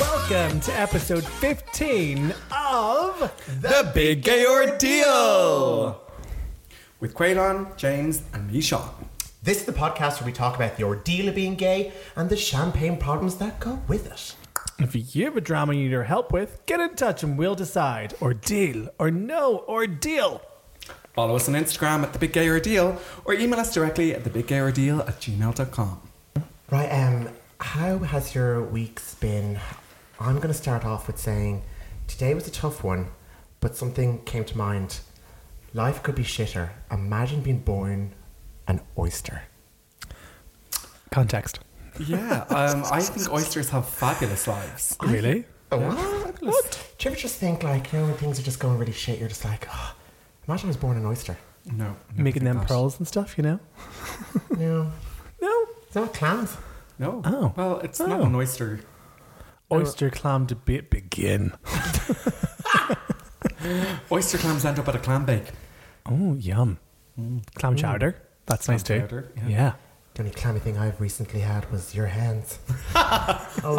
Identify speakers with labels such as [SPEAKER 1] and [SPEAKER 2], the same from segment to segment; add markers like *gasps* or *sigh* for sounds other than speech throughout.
[SPEAKER 1] Welcome to episode 15 of
[SPEAKER 2] The Big Gay Ordeal!
[SPEAKER 3] with Quaylon, James, and me, Sean.
[SPEAKER 4] This is the podcast where we talk about the ordeal of being gay and the champagne problems that go with it.
[SPEAKER 1] If you have a drama you need our help with, get in touch and we'll decide. Or deal, or no, or deal.
[SPEAKER 3] Follow us on Instagram at The Big Gay Ordeal or email us directly at TheBigGayOrdeal at gmail.com.
[SPEAKER 4] Right, um, how has your weeks been? I'm going to start off with saying today was a tough one, but something came to mind. Life could be shitter. Imagine being born an oyster.
[SPEAKER 1] Context.
[SPEAKER 3] Yeah, um, I think oysters have fabulous
[SPEAKER 4] *laughs*
[SPEAKER 3] lives.
[SPEAKER 1] Really?
[SPEAKER 4] Oh, What? Do you ever just think, like, you know, when things are just going really shit, you're just like, oh, imagine I was born an oyster. *laughs*
[SPEAKER 3] No. no,
[SPEAKER 1] Making them
[SPEAKER 3] gosh.
[SPEAKER 1] pearls and stuff, you know?
[SPEAKER 4] No.
[SPEAKER 1] No.
[SPEAKER 4] Is that what clams?
[SPEAKER 3] No.
[SPEAKER 1] Oh.
[SPEAKER 3] Well, it's not
[SPEAKER 1] Oh.
[SPEAKER 3] an oyster.
[SPEAKER 1] Oyster clam debate begin.
[SPEAKER 3] Oyster clams end up at a clam bake.
[SPEAKER 1] Oh, yum. Clam chowder. That's nice too.
[SPEAKER 3] chowder, yeah.
[SPEAKER 1] yeah.
[SPEAKER 4] The only clammy thing I've recently had was your hands. All,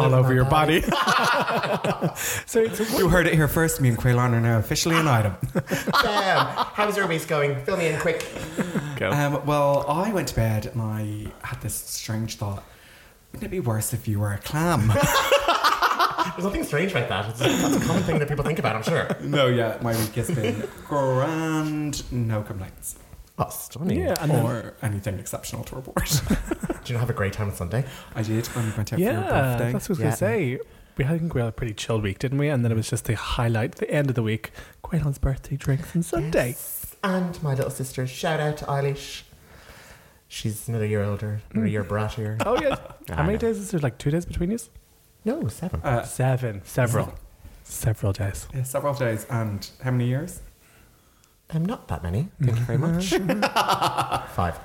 [SPEAKER 1] *laughs* All over
[SPEAKER 4] my
[SPEAKER 1] your body. *laughs* so, it's-
[SPEAKER 3] You heard it here first. Me and Quaylon are now officially an
[SPEAKER 4] *laughs*
[SPEAKER 3] item.
[SPEAKER 4] Damn. How's your weeks going? Fill me in quick.
[SPEAKER 3] Um, well, I went to bed and I had this strange thought. Wouldn't it be worse if you were a
[SPEAKER 4] *laughs*
[SPEAKER 3] clam? *laughs*
[SPEAKER 4] There's nothing strange about that. It's, that's a common thing that people think about, I'm sure.
[SPEAKER 3] no, yeah, my week has been grand. No complaints.
[SPEAKER 4] Oh, stunning.
[SPEAKER 1] yeah, and then,
[SPEAKER 3] or anything exceptional to
[SPEAKER 1] *laughs*
[SPEAKER 3] report.
[SPEAKER 4] Did you have a great time on Sunday?
[SPEAKER 3] I did when we went out for your
[SPEAKER 1] yeah,
[SPEAKER 3] birthday.
[SPEAKER 1] that's what I was
[SPEAKER 4] Yeah.
[SPEAKER 1] gonna say. We I think we had a pretty chill week, didn't we? And then it was just the highlight, the end of the week. Quaylon's birthday drinks and Sunday.
[SPEAKER 4] And my little sister, shout out to Eilish. She's another year older, another year brattier.
[SPEAKER 1] Oh *laughs* yeah. How
[SPEAKER 4] I
[SPEAKER 1] many
[SPEAKER 4] know.
[SPEAKER 1] days is there? Like two days between you?
[SPEAKER 4] No, seven.
[SPEAKER 3] Uh,
[SPEAKER 1] Seven. Several. Several days.
[SPEAKER 3] yeah, several days and how many years?
[SPEAKER 4] Um, not that many.
[SPEAKER 3] Thank you
[SPEAKER 1] *laughs*
[SPEAKER 3] very much.
[SPEAKER 4] Five.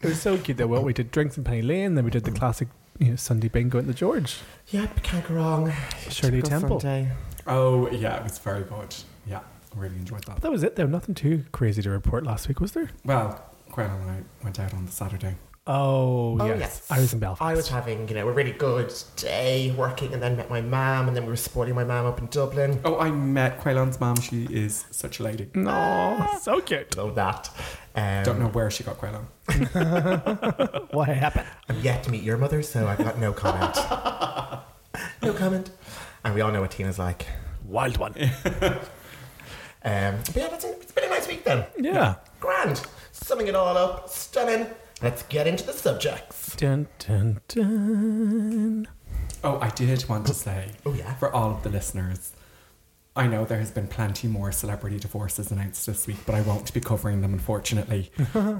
[SPEAKER 1] It was so cute though. Well, we did drinks in Penny Lane, then we did the classic you know, Sunday bingo at the George.
[SPEAKER 4] Yep, can't go wrong.
[SPEAKER 1] Shirley
[SPEAKER 4] Typical
[SPEAKER 1] Temple.
[SPEAKER 4] Sunday.
[SPEAKER 3] oh yeah, it was very good. Yeah, I really enjoyed that.
[SPEAKER 1] That was it though. Nothing too crazy to report last week, was there?
[SPEAKER 3] Well, quite and I went out on the Saturday.
[SPEAKER 1] Oh,
[SPEAKER 4] Oh,
[SPEAKER 1] yes.
[SPEAKER 4] yes.
[SPEAKER 1] I was in Belfast.
[SPEAKER 4] I was having, you know, a really good day working and then met my mum and then we were supporting my mum up in Dublin.
[SPEAKER 3] Oh, I met Quaylan's mom. She is such a lady.
[SPEAKER 1] No, so cute.
[SPEAKER 4] Love that. Um,
[SPEAKER 3] Don't know where she got Quaylan.
[SPEAKER 1] *laughs* What happened?
[SPEAKER 4] I'm yet to meet your mother, so I've got no *laughs* comment. no comment. And we all know what Tina's like.
[SPEAKER 1] Wild one.
[SPEAKER 4] Um, but yeah, that's it. it's been a nice week then.
[SPEAKER 1] Yeah.
[SPEAKER 4] Grand. Summing it all up, stunning. Let's get into the subjects.
[SPEAKER 1] Dun dun dun.
[SPEAKER 3] Oh, I did want to say
[SPEAKER 4] Oh, yeah.
[SPEAKER 3] for all of the listeners. I know there has been plenty more celebrity divorces announced this week, but I won't be covering them,
[SPEAKER 4] *laughs*
[SPEAKER 3] unfortunately.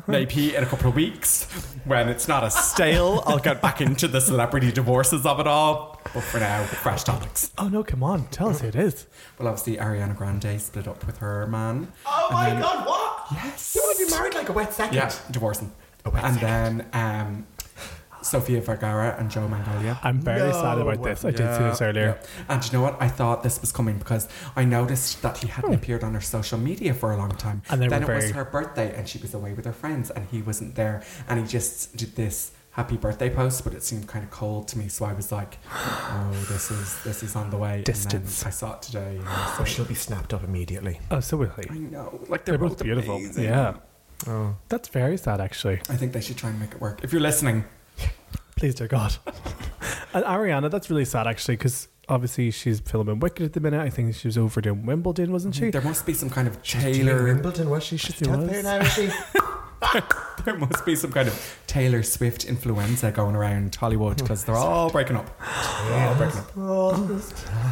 [SPEAKER 3] Maybe in a couple of weeks, when it's not as stale, I'll get back into the celebrity divorces of it all. But for now, fresh topics.
[SPEAKER 1] Oh no, come on, tell us who it is.
[SPEAKER 3] Well, obviously, Ariana Grande split up with her man.
[SPEAKER 4] Oh my god, what?
[SPEAKER 3] Yes.
[SPEAKER 4] You want to be married like a wet second?
[SPEAKER 3] Yeah, divorcing.
[SPEAKER 4] Oh, wait a
[SPEAKER 3] and
[SPEAKER 4] second.
[SPEAKER 3] then um, Sofia Vergara and Joe Mangalia.
[SPEAKER 1] I'm very sad about
[SPEAKER 4] No.
[SPEAKER 1] this. I did see this earlier.
[SPEAKER 3] Yeah. And do you know what? I thought this was coming because I noticed that he hadn't appeared on her social media for a long time.
[SPEAKER 1] Hmm. And they
[SPEAKER 3] then
[SPEAKER 1] were
[SPEAKER 3] it was
[SPEAKER 1] very-
[SPEAKER 3] her birthday and she was away with her friends and he wasn't there. And he just did this happy birthday post, but it seemed kind of cold to me. So I was
[SPEAKER 1] *gasps*
[SPEAKER 3] like, oh, this is this is on the way. And
[SPEAKER 1] Distance.
[SPEAKER 3] then I saw it today. and
[SPEAKER 4] Oh, she'll be snapped up immediately.
[SPEAKER 1] Oh, so will he.
[SPEAKER 3] I know. Like, they're,
[SPEAKER 1] They're both beautiful.
[SPEAKER 3] amazing.
[SPEAKER 1] Yeah.
[SPEAKER 4] Oh.
[SPEAKER 1] That's very sad, actually.
[SPEAKER 3] I think they should try and make it work. If you're listening,
[SPEAKER 1] Please, dear God. *laughs* and Ariana, that's really sad, actually, because obviously she's filming Wicked at the minute. I think she was over doing Wimbledon, wasn't she?
[SPEAKER 3] there must be some kind of
[SPEAKER 4] Taylor
[SPEAKER 3] Taylor
[SPEAKER 4] Wimbledon, was she? She's
[SPEAKER 1] She
[SPEAKER 4] out
[SPEAKER 1] was.
[SPEAKER 4] there now, is *laughs* she?
[SPEAKER 3] *laughs* There must be some kind of Taylor Swift influenza going around Hollywood
[SPEAKER 1] Hmm.
[SPEAKER 3] because they're all breaking up.
[SPEAKER 4] Oh,
[SPEAKER 3] They're all breaking up.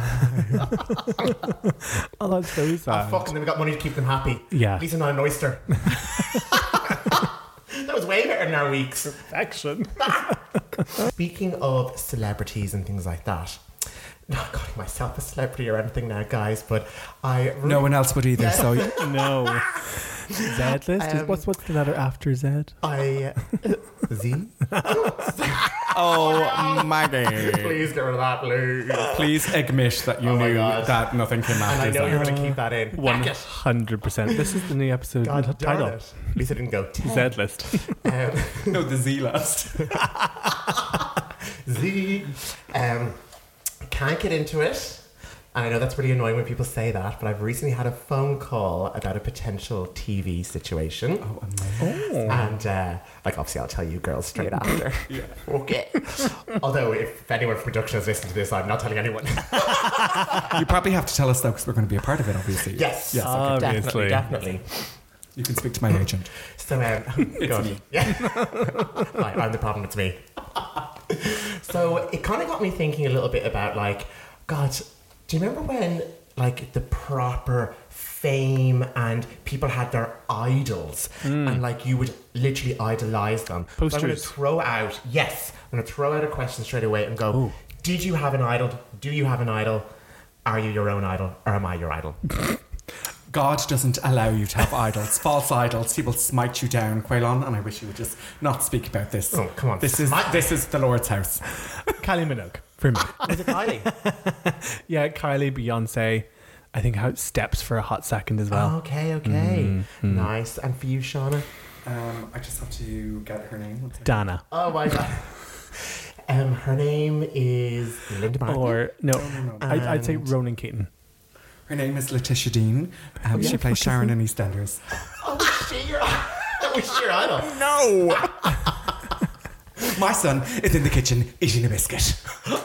[SPEAKER 1] Oh, that's so
[SPEAKER 4] oh,
[SPEAKER 1] sad.
[SPEAKER 4] fuck, and then we got money to keep them happy.
[SPEAKER 1] Yeah.
[SPEAKER 4] At least I'm not an *laughs* oyster. that was way better than our weeks.
[SPEAKER 1] Action.
[SPEAKER 4] Speaking of celebrities and things like that, *laughs* not calling myself a celebrity or anything now, guys, but I really,
[SPEAKER 3] No one else would either. So
[SPEAKER 1] *laughs*
[SPEAKER 4] *laughs*
[SPEAKER 1] no. Z list? is
[SPEAKER 4] Um,
[SPEAKER 1] what's, what's the letter after Z?
[SPEAKER 4] I Z.
[SPEAKER 2] Oh my god.
[SPEAKER 4] Please get rid of that, Lou.
[SPEAKER 3] Please admit that you
[SPEAKER 4] Oh my
[SPEAKER 3] knew
[SPEAKER 4] God.
[SPEAKER 3] that nothing came
[SPEAKER 4] And I
[SPEAKER 3] after
[SPEAKER 4] know you're
[SPEAKER 3] that.
[SPEAKER 4] going to keep that in.
[SPEAKER 1] One
[SPEAKER 4] Back it.
[SPEAKER 1] hundred percent. This is the new episode t-
[SPEAKER 4] God darn
[SPEAKER 1] title.
[SPEAKER 4] it. At least I didn't go.
[SPEAKER 1] Z list. *laughs*
[SPEAKER 4] Um, *laughs*
[SPEAKER 3] No, the Z last.
[SPEAKER 4] Z. Um, can't get into it. And I know that's really annoying when people say that, but I've recently had a phone call about a potential TV situation.
[SPEAKER 3] Oh, amazing.
[SPEAKER 4] And, uh, like, obviously, I'll tell you girls *laughs* straight after. *laughs* Okay. Although, if anyone from production has listened to this, I'm not telling anyone. *laughs*
[SPEAKER 3] You probably have to tell us though, because we're going to be a part of it, obviously.
[SPEAKER 4] yes. Uh,
[SPEAKER 3] Yes. okay.
[SPEAKER 1] Obviously.
[SPEAKER 4] Definitely, definitely.
[SPEAKER 3] You can speak to my agent.
[SPEAKER 4] So, um, *laughs* God.
[SPEAKER 3] me.
[SPEAKER 4] Yeah. Right, I'm the problem, it's me. *laughs* so it kind of got me thinking a little bit about, like, God, do you remember when, like, the proper fame and people had their idols and, like, you would literally idolize them? So I'm going to
[SPEAKER 1] Hmm. Posters.
[SPEAKER 4] throw out, yes, I'm going to throw out a question straight away and go, Did you have an idol? Do you have an idol? Are you your own idol or am I
[SPEAKER 1] *laughs*
[SPEAKER 4] your idol?
[SPEAKER 3] God doesn't allow you
[SPEAKER 4] *laughs*
[SPEAKER 3] to have idols, false idols. He will smite you down, Quailon, and I wish you would just not speak about this.
[SPEAKER 4] Oh, come on.
[SPEAKER 3] This is
[SPEAKER 4] Smite me.
[SPEAKER 3] this is the Lord's house.
[SPEAKER 1] Kylie Minogue for me.
[SPEAKER 4] Was it Kylie?
[SPEAKER 1] yeah, Kylie, Beyonce. I think how it steps for a hot second as
[SPEAKER 3] Oh.
[SPEAKER 1] well. hmm,
[SPEAKER 4] Okay, okay. Nice. And for you, Shauna?
[SPEAKER 3] Um, I just have to get her name. One second.
[SPEAKER 1] Dana
[SPEAKER 4] Oh my god. um, her name is Linda Martin.
[SPEAKER 1] or no,
[SPEAKER 3] no, no.
[SPEAKER 1] I'd, I'd say
[SPEAKER 4] And-
[SPEAKER 1] Ronan Keaton.
[SPEAKER 3] Her name is Letitia Dean. Um,
[SPEAKER 1] Yeah,
[SPEAKER 3] she plays Sharon in EastEnders.
[SPEAKER 4] oh, was she your, *laughs* was she your idol?
[SPEAKER 2] No.
[SPEAKER 3] *laughs* My son is in the kitchen eating a biscuit.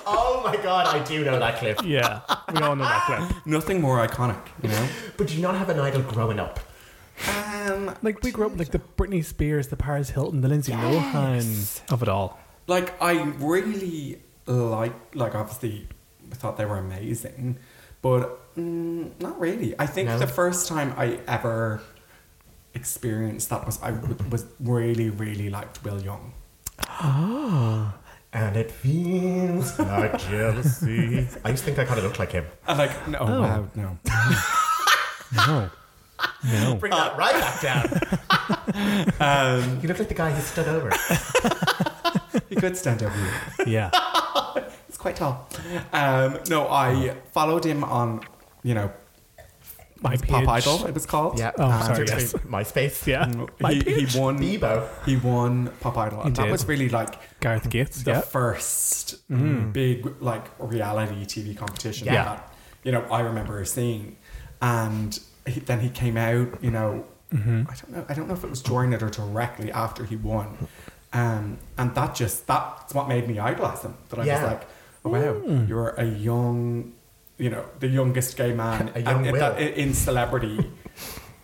[SPEAKER 4] Oh my god, I do know that clip.
[SPEAKER 1] Yeah, we all know that clip.
[SPEAKER 3] Nothing more iconic, you know.
[SPEAKER 4] But do you not have an idol growing up?
[SPEAKER 3] Um,
[SPEAKER 1] *laughs* Like we grew up like the Britney Spears, the Paris Hilton, the Lindsay Lohan of it all.
[SPEAKER 3] like I really like like obviously I thought they were amazing, but mm, not really. I think
[SPEAKER 4] No?
[SPEAKER 3] the first time I ever experienced that was I w- was really really liked Will Young.
[SPEAKER 4] And it feels *laughs* like jealousy. I used to think I kind of looked like him.
[SPEAKER 3] And like no wow no
[SPEAKER 1] No, no.
[SPEAKER 4] Bring that right back down.
[SPEAKER 1] *laughs* Um,
[SPEAKER 4] you look like the guy who stood over.
[SPEAKER 3] he could stand over you. *laughs*
[SPEAKER 1] Yeah,
[SPEAKER 3] He's quite tall. Um, no, I followed him on you know
[SPEAKER 1] my
[SPEAKER 3] Pop
[SPEAKER 1] page.
[SPEAKER 3] Idol it was called.
[SPEAKER 1] Oh, sorry, yes.
[SPEAKER 4] Uh, MySpace. Mm.
[SPEAKER 1] Yeah, my
[SPEAKER 3] He,
[SPEAKER 1] page.
[SPEAKER 3] he won.
[SPEAKER 4] Bebo.
[SPEAKER 3] He won Pop Idol, and that
[SPEAKER 1] did.
[SPEAKER 3] was really like
[SPEAKER 1] Gareth Gates.
[SPEAKER 3] the
[SPEAKER 1] Yeah,
[SPEAKER 3] first big like reality TV competition
[SPEAKER 4] Mm. Yeah.
[SPEAKER 3] that you know I remember seeing, and he, then he came out. You know,
[SPEAKER 4] Mm-hmm.
[SPEAKER 3] I don't know. I don't know if it was during it or directly after he won, um, and that just that's what made me idolize him. That I
[SPEAKER 4] Yeah. Mm.
[SPEAKER 3] was like, oh, wow, you're a young, you know, the youngest gay man
[SPEAKER 4] *laughs* A young
[SPEAKER 3] and-
[SPEAKER 4] Will.
[SPEAKER 3] that- in celebrity.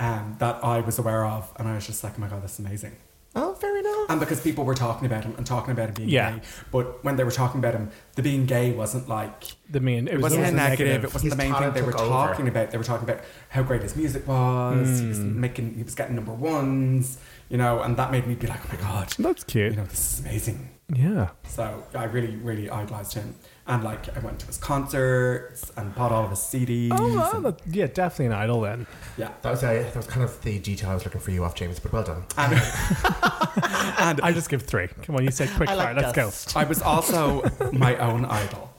[SPEAKER 3] Um, that I was aware of, and I was just like, "Oh my god, that's amazing!"
[SPEAKER 4] Oh, fair enough.
[SPEAKER 3] And because people were talking about him and talking about him being
[SPEAKER 1] Yeah.
[SPEAKER 3] gay, but when they were talking about him, the being gay wasn't like
[SPEAKER 1] the main. It
[SPEAKER 3] it
[SPEAKER 1] was
[SPEAKER 3] wasn't
[SPEAKER 1] always
[SPEAKER 3] a
[SPEAKER 1] the
[SPEAKER 3] negative.
[SPEAKER 1] negative.
[SPEAKER 3] It wasn't the
[SPEAKER 4] His
[SPEAKER 3] main thing
[SPEAKER 4] talent
[SPEAKER 3] they were
[SPEAKER 4] took over.
[SPEAKER 3] talking about. They were talking about how great his music was. He was
[SPEAKER 1] Hmm.
[SPEAKER 3] making, he was getting number ones, you know, and that made me be like, oh my god,
[SPEAKER 1] That's
[SPEAKER 3] you
[SPEAKER 1] cute.
[SPEAKER 3] know, this is amazing.
[SPEAKER 1] Yeah.
[SPEAKER 3] So I really, really idolized him, and like I went to his concerts and bought all of his CDs.
[SPEAKER 1] Oh, well,
[SPEAKER 3] and-
[SPEAKER 1] that- yeah, definitely an idol then.
[SPEAKER 3] yeah.
[SPEAKER 4] That was, uh, that was kind of the detail I was looking for you off, James, but well done.
[SPEAKER 1] *laughs*
[SPEAKER 3] And
[SPEAKER 1] I just give three. Come on, you said quick
[SPEAKER 4] I
[SPEAKER 1] fire.
[SPEAKER 4] like
[SPEAKER 1] Let's
[SPEAKER 4] dust.
[SPEAKER 1] go.
[SPEAKER 3] I was also my own idol.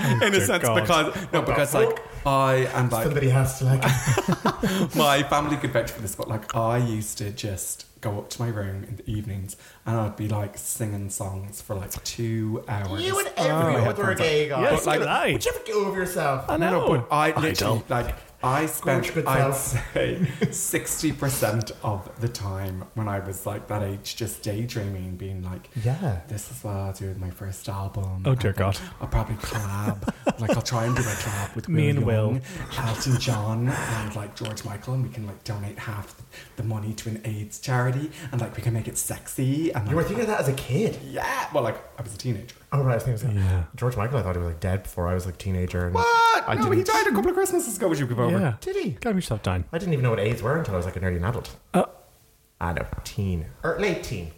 [SPEAKER 3] in a
[SPEAKER 1] dear
[SPEAKER 3] sense,
[SPEAKER 1] God.
[SPEAKER 3] because no, because like I am like
[SPEAKER 4] Somebody has
[SPEAKER 1] *laughs*
[SPEAKER 4] to, like,
[SPEAKER 3] my family could vouch for this, but like I used to just go up to my room in the evenings and I'd be like singing songs for like two hours.
[SPEAKER 4] you and
[SPEAKER 3] Oh,
[SPEAKER 4] every
[SPEAKER 3] yeah.
[SPEAKER 4] other gay guy.
[SPEAKER 1] Yes,
[SPEAKER 3] like-
[SPEAKER 1] like, I.
[SPEAKER 4] Would you ever get over yourself?
[SPEAKER 1] I
[SPEAKER 3] no,
[SPEAKER 1] know.
[SPEAKER 3] no, but I literally
[SPEAKER 1] Idol.
[SPEAKER 3] like I
[SPEAKER 4] Gorge
[SPEAKER 3] spent
[SPEAKER 4] good
[SPEAKER 3] I'd
[SPEAKER 4] self.
[SPEAKER 3] say sixty percent of the time when I was like that age, just daydreaming, being like,
[SPEAKER 4] Yeah.
[SPEAKER 3] this is what I'll do with my first album.
[SPEAKER 1] Oh, dear
[SPEAKER 3] And
[SPEAKER 1] God.
[SPEAKER 3] I'll probably collab. like I'll try and do my collab
[SPEAKER 1] *laughs*
[SPEAKER 3] with
[SPEAKER 1] Me and Will.
[SPEAKER 3] Young, Elton John, and like George Michael, and we can like donate half the money to an AIDS charity, and like we can make it sexy. And
[SPEAKER 4] You were
[SPEAKER 3] like,
[SPEAKER 4] thinking of that as a kid.
[SPEAKER 3] yeah, well, like I was a teenager.
[SPEAKER 4] Oh, right. I was thinking,
[SPEAKER 1] Yeah.
[SPEAKER 4] George Michael, I thought he was like dead before I was like teenager. And
[SPEAKER 3] What?
[SPEAKER 4] I
[SPEAKER 3] no,
[SPEAKER 4] didn't.
[SPEAKER 3] he died a couple of Christmases ago. Would you give over?
[SPEAKER 1] Yeah.
[SPEAKER 4] Did he?
[SPEAKER 1] Calm yourself down.
[SPEAKER 4] I didn't even know what AIDS were until I was like an early adult.
[SPEAKER 1] Uh,
[SPEAKER 4] I know, teen. Or late teen.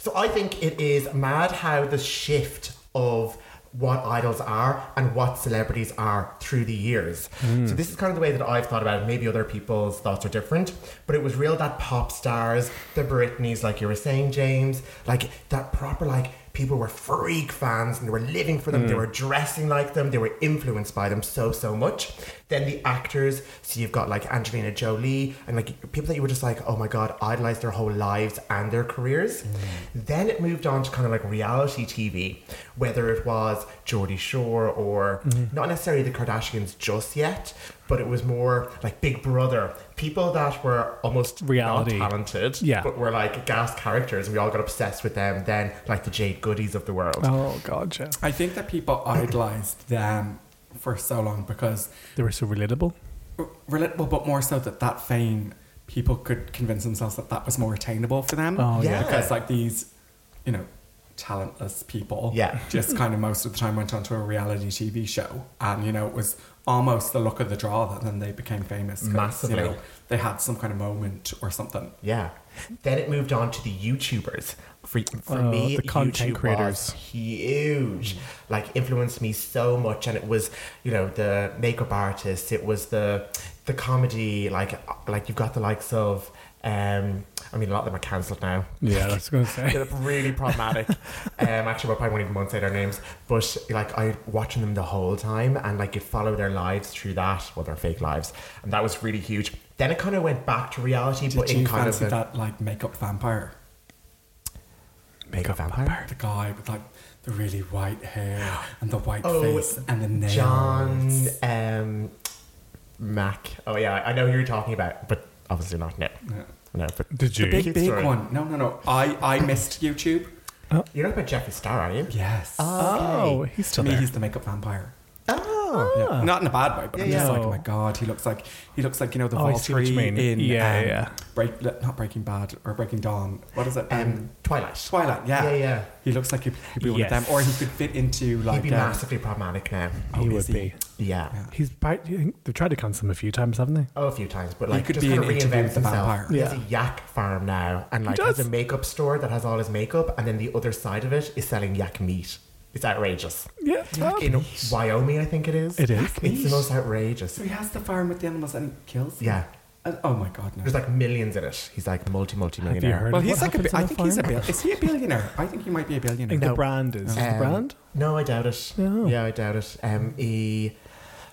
[SPEAKER 4] so I think it is mad how the shift of what idols are and what celebrities are through the years. So this is kind of the way that I've thought about it. Maybe other people's thoughts are different, but it was real that pop stars, the Britneys, like you were saying, James, like that proper like people were freak fans and they were living for
[SPEAKER 1] Mm.
[SPEAKER 4] them. They were dressing like them. They were influenced by them so so much. Then the actors. So you've got like Angelina Jolie and like people that you were just like, oh my god, idolized their whole lives and their careers.
[SPEAKER 1] Mm.
[SPEAKER 4] Then it moved on to kind of like reality TV, whether it was Geordie Shore or
[SPEAKER 1] Mm-hmm.
[SPEAKER 4] not necessarily the Kardashians just yet. But it was more like Big Brother, people that were almost
[SPEAKER 1] Reality.
[SPEAKER 4] not talented,
[SPEAKER 1] Yeah.
[SPEAKER 4] but were like gas characters, and we all got obsessed with them. Then, like the Jade Goodies of the world.
[SPEAKER 1] Oh god, yeah.
[SPEAKER 3] I think that people idolized them for so long because
[SPEAKER 1] They were so relatable.
[SPEAKER 3] r- relatable, but more so that that fame people could convince themselves that that was more attainable for them.
[SPEAKER 1] Oh, yeah.
[SPEAKER 4] Yeah.
[SPEAKER 3] because like these, you know, talentless people.
[SPEAKER 4] Yeah.
[SPEAKER 3] *laughs* just kind of most of the time went onto a reality TV show, and you know it was almost the luck of the draw that then they became famous. 'cause,
[SPEAKER 4] Massively.
[SPEAKER 3] You know, they had some kind of moment or something.
[SPEAKER 4] Yeah. Then it moved on to the YouTubers. For, for
[SPEAKER 1] Oh,
[SPEAKER 4] me,
[SPEAKER 1] the content
[SPEAKER 4] YouTube
[SPEAKER 1] creators.
[SPEAKER 4] was huge. Like influenced me so much, and it was you know the makeup artists. It was the the comedy. Like like you've got the likes of. Um, I mean, a lot of them are cancelled now.
[SPEAKER 1] Yeah, that's gonna say.
[SPEAKER 4] They're really
[SPEAKER 3] *laughs*
[SPEAKER 4] problematic. um, actually, I probably won't even want to say their names, but like I watching them the whole time, and like you follow their lives through that, well, their fake lives, and that was really huge. Then it kind of went back to reality,
[SPEAKER 3] Did
[SPEAKER 4] but in
[SPEAKER 3] you
[SPEAKER 4] kind of
[SPEAKER 3] fancy
[SPEAKER 4] a-
[SPEAKER 3] that like makeup vampire?
[SPEAKER 4] Make a vampire.
[SPEAKER 3] The guy with like the really white
[SPEAKER 4] *gasps*
[SPEAKER 3] hair and the white
[SPEAKER 4] Oh,
[SPEAKER 3] face and the nails.
[SPEAKER 4] John um, Mac. Oh yeah, I know who you're talking about, but obviously not now.
[SPEAKER 3] Yeah.
[SPEAKER 4] No,
[SPEAKER 1] *laughs*
[SPEAKER 4] but
[SPEAKER 1] Did you?
[SPEAKER 3] Big
[SPEAKER 4] Cute
[SPEAKER 3] big
[SPEAKER 4] story.
[SPEAKER 3] one. No, no, no. I I missed YouTube.
[SPEAKER 4] you're not about Jeffree Star, are you?
[SPEAKER 3] Yes.
[SPEAKER 1] Oh, he's
[SPEAKER 3] to
[SPEAKER 1] still
[SPEAKER 3] me,
[SPEAKER 1] there. Ah.
[SPEAKER 3] he's the makeup vampire.
[SPEAKER 4] Oh.
[SPEAKER 3] Yeah. Not in a bad way, but I'm
[SPEAKER 4] Yeah,
[SPEAKER 3] just
[SPEAKER 1] yeah.
[SPEAKER 3] like, oh my god, he looks like he looks like you know the
[SPEAKER 1] Oh, I see what
[SPEAKER 3] Valkyrie
[SPEAKER 1] you mean.
[SPEAKER 3] in
[SPEAKER 1] Yeah,
[SPEAKER 3] um,
[SPEAKER 1] yeah.
[SPEAKER 3] Break, not Breaking Bad or Breaking Dawn. What is it?
[SPEAKER 4] Um, Twilight.
[SPEAKER 3] Twilight. Yeah,
[SPEAKER 4] Yeah, yeah.
[SPEAKER 3] He looks like he'd, he'd be one of
[SPEAKER 1] Yes.
[SPEAKER 3] them, or he could fit into like
[SPEAKER 4] He'd be
[SPEAKER 3] um,
[SPEAKER 4] massively problematic now.
[SPEAKER 1] he
[SPEAKER 3] Oh,
[SPEAKER 1] would
[SPEAKER 3] is he?
[SPEAKER 1] be.
[SPEAKER 4] Yeah.
[SPEAKER 3] Yeah.
[SPEAKER 1] He's. bi- you think- They've tried to cancel him a few times, haven't they?
[SPEAKER 4] Oh, a few times, but
[SPEAKER 3] He
[SPEAKER 4] like
[SPEAKER 3] could
[SPEAKER 4] just
[SPEAKER 3] be
[SPEAKER 4] kind
[SPEAKER 3] an
[SPEAKER 4] of
[SPEAKER 3] interview
[SPEAKER 4] reinvents
[SPEAKER 3] with the vampire.
[SPEAKER 4] himself. He has
[SPEAKER 1] Yeah.
[SPEAKER 4] a yak farm now, and like
[SPEAKER 1] does.
[SPEAKER 4] has a makeup store that has all his makeup, and then the other side of it is selling yak meat. It's outrageous.
[SPEAKER 1] Yeah.
[SPEAKER 4] In Wyoming, I think it is.
[SPEAKER 1] It is.
[SPEAKER 4] It's the
[SPEAKER 3] meat?
[SPEAKER 4] most outrageous.
[SPEAKER 3] So he has the farm with the animals and kills. them?
[SPEAKER 4] Yeah.
[SPEAKER 3] And- oh my god, no.
[SPEAKER 4] There's like millions in it. He's like multi multi
[SPEAKER 1] Have you
[SPEAKER 4] millionaire.
[SPEAKER 1] heard?
[SPEAKER 3] well,
[SPEAKER 1] of
[SPEAKER 3] he's
[SPEAKER 1] what
[SPEAKER 3] like a.
[SPEAKER 1] happens
[SPEAKER 3] bi-
[SPEAKER 1] on
[SPEAKER 3] I
[SPEAKER 1] the
[SPEAKER 3] think he's a.
[SPEAKER 1] farm?
[SPEAKER 3] Bil- is he a billionaire? I think he might be a
[SPEAKER 1] I think
[SPEAKER 3] billionaire.
[SPEAKER 1] the brand is the
[SPEAKER 4] Um,
[SPEAKER 1] brand.
[SPEAKER 4] No, I doubt it.
[SPEAKER 1] No.
[SPEAKER 4] Yeah, I doubt it. Um, he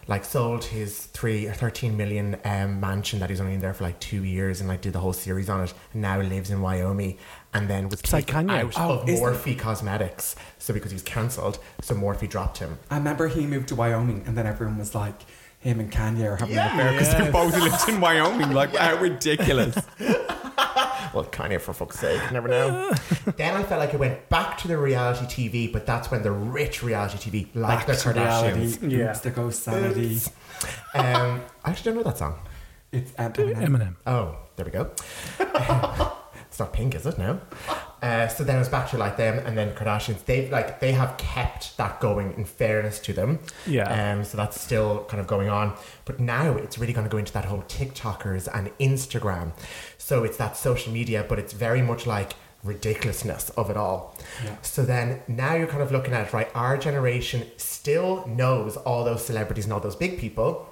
[SPEAKER 4] like sold his three or thirteen million um, mansion that he's only in there for like two years, and like did the whole series on it, and now lives in Wyoming. And then was
[SPEAKER 1] It's like
[SPEAKER 4] taken
[SPEAKER 1] Kanye.
[SPEAKER 4] out
[SPEAKER 3] Oh,
[SPEAKER 4] of
[SPEAKER 3] isn't-
[SPEAKER 4] Morphe Cosmetics, so because he was cancelled, so Morphe dropped him.
[SPEAKER 3] I remember he moved to Wyoming, and then everyone was like, him and Kanye are having an
[SPEAKER 4] Yeah.
[SPEAKER 3] affair because they both lived in Wyoming. Like, how ridiculous.
[SPEAKER 4] Well, Kanye for fuck's sake, you
[SPEAKER 1] *laughs*
[SPEAKER 4] never know. then I felt like it went back to the reality TV, but that's when the rich reality TV, *laughs* like the Kardashians.
[SPEAKER 3] Reality,
[SPEAKER 1] Yeah.
[SPEAKER 3] Oops, there goes sanity.
[SPEAKER 4] Oops. um, I actually don't know that song.
[SPEAKER 3] It's um,
[SPEAKER 1] Eminem.
[SPEAKER 4] Oh, there we go. *laughs* it's not pink, is it? No. Uh, so then it was back to like them, and then Kardashians. They like they have kept that going. In fairness to them,
[SPEAKER 1] Yeah.
[SPEAKER 4] Um, so that's still kind of going on, but now it's really going to go into that whole TikTokers and Instagram. So it's that social media, but it's very much like ridiculousness of it all.
[SPEAKER 3] Yeah.
[SPEAKER 4] So then now you're kind of looking at it, right? Our generation still knows all those celebrities and all those big people.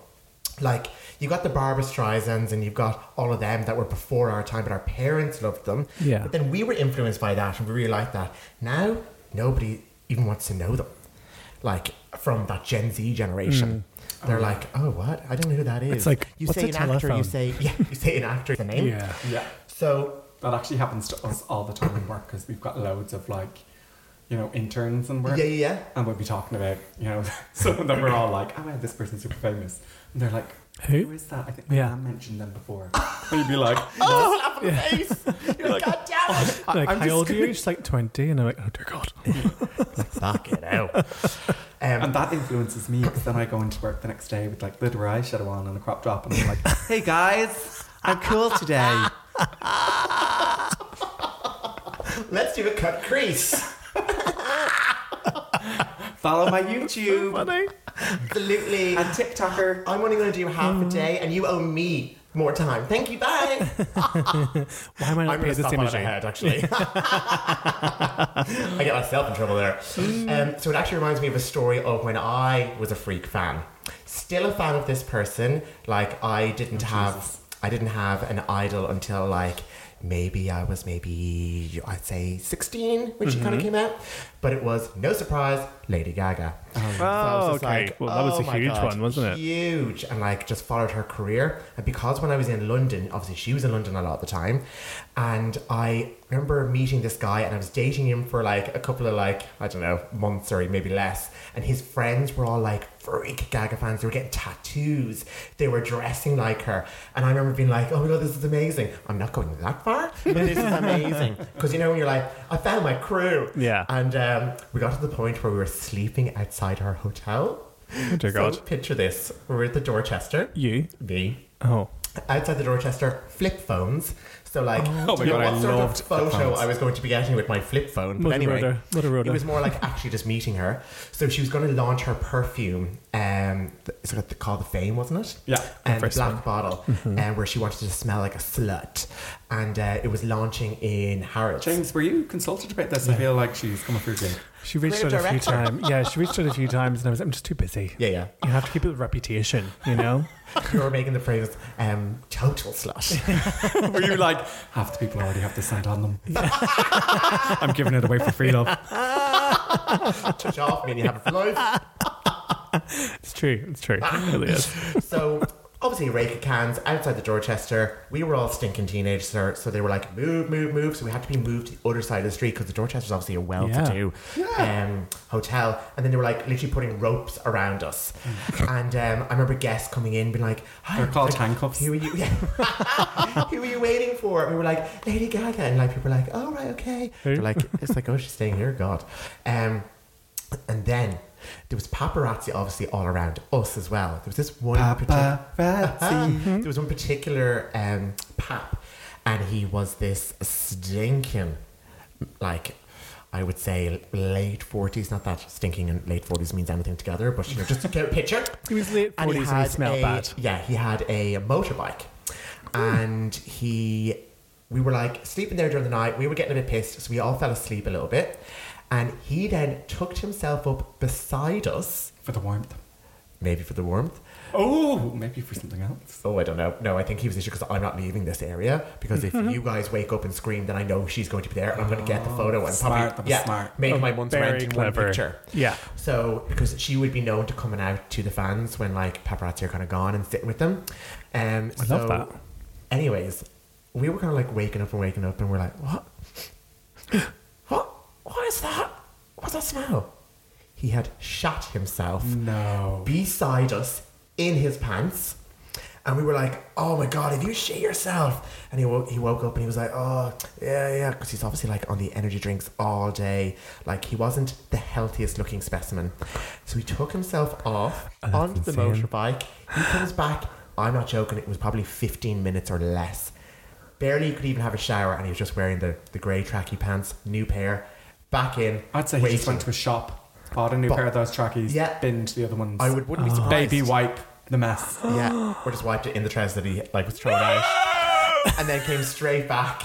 [SPEAKER 4] Like you got the Barbara Streisands and you've got all of them that were before our time, but our parents loved them.
[SPEAKER 1] Yeah.
[SPEAKER 4] But then we were influenced by that and we really liked that. Now nobody even wants to know them. Like from that Gen Z generation. They're like, oh, what? I don't know who that is.
[SPEAKER 1] Mm. It's like,
[SPEAKER 4] you
[SPEAKER 1] what's
[SPEAKER 4] say
[SPEAKER 1] a
[SPEAKER 4] an actor,
[SPEAKER 1] telephone?
[SPEAKER 4] you say yeah, you say an actor the name.
[SPEAKER 1] Yeah.
[SPEAKER 3] Yeah.
[SPEAKER 4] So *laughs*
[SPEAKER 3] That actually happens to us all the time in work because we've got loads of like, you know, interns and
[SPEAKER 4] yeah,
[SPEAKER 3] work.
[SPEAKER 4] yeah, yeah.
[SPEAKER 3] And we'll be talking about, you know, *laughs* some of them are all like, oh, wow, this person's super famous. And they're like,
[SPEAKER 1] Who?
[SPEAKER 3] Who is that? I think
[SPEAKER 1] Yeah.
[SPEAKER 3] I mentioned them before. *laughs* and you'd be like,
[SPEAKER 4] Slap in the face. You're like, God damn it.
[SPEAKER 1] Like,
[SPEAKER 3] I'm
[SPEAKER 1] how
[SPEAKER 3] just
[SPEAKER 1] old are you?
[SPEAKER 3] gonna-
[SPEAKER 1] She's like 20. And I'm like, oh, dear *laughs* God.
[SPEAKER 4] Fuck it out.
[SPEAKER 3] And
[SPEAKER 4] Um,
[SPEAKER 3] that influences me because then I go into work the next day with like glitter eyeshadow on and a crop top, and I'm *laughs* like, "Hey guys, I'm cool today."
[SPEAKER 4] let's do a cut crease.
[SPEAKER 3] Follow my YouTube *laughs*
[SPEAKER 1] Funny.
[SPEAKER 4] Absolutely.
[SPEAKER 3] and TikToker.
[SPEAKER 1] Mm.
[SPEAKER 4] I'm only going to do half a day, and you owe me More time. Thank you. Bye.
[SPEAKER 1] Why am I not
[SPEAKER 4] I'm
[SPEAKER 1] paid the
[SPEAKER 4] going to stop
[SPEAKER 1] same
[SPEAKER 4] on
[SPEAKER 1] as
[SPEAKER 4] it
[SPEAKER 1] you? *laughs*
[SPEAKER 4] ahead, actually. *laughs* I get myself in trouble there. Um, so it actually reminds me of a story of when I was a freak fan. Still a fan of this person. Like I didn't
[SPEAKER 1] Oh,
[SPEAKER 4] have, I didn't have an idol until like maybe I was maybe I'd say sixteen when she kind
[SPEAKER 1] Mm-hmm.
[SPEAKER 4] of came out. But it was no surprise, Lady Gaga. So I was
[SPEAKER 1] Oh,
[SPEAKER 4] just
[SPEAKER 1] okay. well, that was
[SPEAKER 4] oh
[SPEAKER 1] a
[SPEAKER 4] my
[SPEAKER 1] huge
[SPEAKER 4] God,
[SPEAKER 1] one, wasn't it?
[SPEAKER 4] Huge, and like just followed her career. And because when I was in London, obviously she was in London a lot of the time, and I remember meeting this guy, and I was dating him for like a couple of like I don't know months or maybe less, and his friends were all like freak Gaga fans. They were getting tattoos. They were dressing like her, and I remember being like, "Oh my god, this is amazing! I'm not going that far, but
[SPEAKER 1] *laughs*
[SPEAKER 4] this is amazing." Because you know when you're like, "I found my crew,"
[SPEAKER 1] Yeah.
[SPEAKER 4] and um, we got to the point where we were sleeping outside her hotel.
[SPEAKER 1] Oh, dear
[SPEAKER 4] So
[SPEAKER 1] God.
[SPEAKER 4] picture this. We're at the Dorchester.
[SPEAKER 1] You?
[SPEAKER 4] Me.
[SPEAKER 1] Oh.
[SPEAKER 4] Outside the Dorchester, flip phones. So like,
[SPEAKER 3] Oh my
[SPEAKER 4] you
[SPEAKER 3] God,
[SPEAKER 4] know what
[SPEAKER 3] I
[SPEAKER 4] sort
[SPEAKER 3] loved
[SPEAKER 4] of
[SPEAKER 3] flip
[SPEAKER 4] photo
[SPEAKER 3] phones.
[SPEAKER 4] I was going to be getting with my flip phone. But
[SPEAKER 1] Mother
[SPEAKER 4] anyway,
[SPEAKER 1] Rhoda, Mother Rhoda.
[SPEAKER 4] it was more like actually just meeting her. So she was going to launch her perfume. Um, th- it's got the- called the Fame, wasn't it?
[SPEAKER 3] Yeah, Mm-hmm.
[SPEAKER 1] the
[SPEAKER 4] and the
[SPEAKER 1] first
[SPEAKER 4] black
[SPEAKER 1] one.
[SPEAKER 4] bottle, and where she wanted to smell like a slut, and uh, it was launching in Harrods.
[SPEAKER 3] James, were you consulted about this? I feel like she's come up with you. *laughs*
[SPEAKER 1] She reached out a
[SPEAKER 4] Creative
[SPEAKER 1] few
[SPEAKER 4] director.
[SPEAKER 1] times. Yeah, she reached out a few times, and I was, I'm just too busy.
[SPEAKER 4] Yeah, yeah.
[SPEAKER 1] You have to keep it with reputation, you
[SPEAKER 3] *laughs*
[SPEAKER 1] know?
[SPEAKER 4] You were making the phrase um, "total slut."
[SPEAKER 3] Were you like half the people already have the scent on them? *laughs* I'm giving it away for free, *laughs* love.
[SPEAKER 4] Touch off me, and you have it for life.
[SPEAKER 1] It's true. It's true. It really is.
[SPEAKER 4] So obviously rake cans outside the Dorchester. We were all stinking teenagers, so so they were like, move, move, move. So we had to be moved to the other side of the street because the Dorchester's obviously a well-to-do um, hotel. And then they were like literally putting ropes around us. and um, I remember guests coming in being like, Hi,
[SPEAKER 3] Mm. They're called
[SPEAKER 4] like,
[SPEAKER 3] handcuffs.
[SPEAKER 4] Who are you? *laughs* Yeah. *laughs* who are you waiting for? And we were like, Lady Gaga. And like people were like, oh, right, okay.
[SPEAKER 1] Who?
[SPEAKER 4] They're like, it's like, oh, she's staying here, God. Um, and then there was paparazzi obviously all around us as well. There was this one particular
[SPEAKER 1] Ah.
[SPEAKER 3] Paparazzi.
[SPEAKER 1] Mm-hmm.
[SPEAKER 4] there was one particular um, pap, and he was this stinking, like, I would say late forties. Not that stinking and late forties means anything together, but you know, just to get a picture.
[SPEAKER 1] *laughs* He was late 40s and he
[SPEAKER 4] had
[SPEAKER 1] smelled
[SPEAKER 4] a-
[SPEAKER 1] bad. Hmm.
[SPEAKER 4] Yeah, he had a motorbike, and he, we were like sleeping there during the night. We were getting a bit pissed, so we all fell asleep a little bit, and he then tucked himself up beside us,
[SPEAKER 3] *laughs* For the warmth.
[SPEAKER 4] maybe for the warmth.
[SPEAKER 3] *laughs* Oh, maybe for something else.
[SPEAKER 4] Oh, I don't know. No, I think he was issue because I'm not leaving this area because if
[SPEAKER 3] Mm-hmm.
[SPEAKER 4] you guys wake up and scream, then I know she's going to be there and I'm going to get the photo and
[SPEAKER 3] Oh, Smart, that
[SPEAKER 4] probably
[SPEAKER 3] was
[SPEAKER 4] yeah,
[SPEAKER 3] smart.
[SPEAKER 4] make
[SPEAKER 1] Oh,
[SPEAKER 4] my month's
[SPEAKER 1] very
[SPEAKER 4] rent in
[SPEAKER 1] clever.
[SPEAKER 4] one picture.
[SPEAKER 3] *laughs*
[SPEAKER 1] Yeah.
[SPEAKER 4] So because she would be known to coming out to the fans when like paparazzi are kind of gone and sitting with them. Um,
[SPEAKER 1] I
[SPEAKER 4] so,
[SPEAKER 1] love that.
[SPEAKER 4] Anyways, we were kind of like waking up and waking up and we're like, what? *gasps* what? What is that? What's that smell? He had shot himself
[SPEAKER 3] No.
[SPEAKER 4] beside us in his pants. And we were like, oh my God, have you shit yourself? And he woke, he woke up and he was like, oh, yeah, yeah. Because he's obviously like on the energy drinks all day. Like he wasn't the healthiest looking specimen. So he took himself
[SPEAKER 3] Oh,
[SPEAKER 4] off onto the
[SPEAKER 1] insane.
[SPEAKER 4] motorbike. He comes back. I'm not joking. It was probably 15 minutes or less. Barely could even have a shower. And he was just wearing the, the grey tracky pants, new pair, back in.
[SPEAKER 3] I'd say he just
[SPEAKER 4] waiting.
[SPEAKER 3] went to a shop, bought a new
[SPEAKER 4] But-
[SPEAKER 3] pair of those trackies,
[SPEAKER 4] Yeah.
[SPEAKER 3] binned the other ones.
[SPEAKER 4] I would, wouldn't be surprised.
[SPEAKER 3] Oh. baby wipe the mess.
[SPEAKER 4] *gasps* Yeah, or just wiped it in the trousers that he like was thrown out, *gasps* and then came straight back.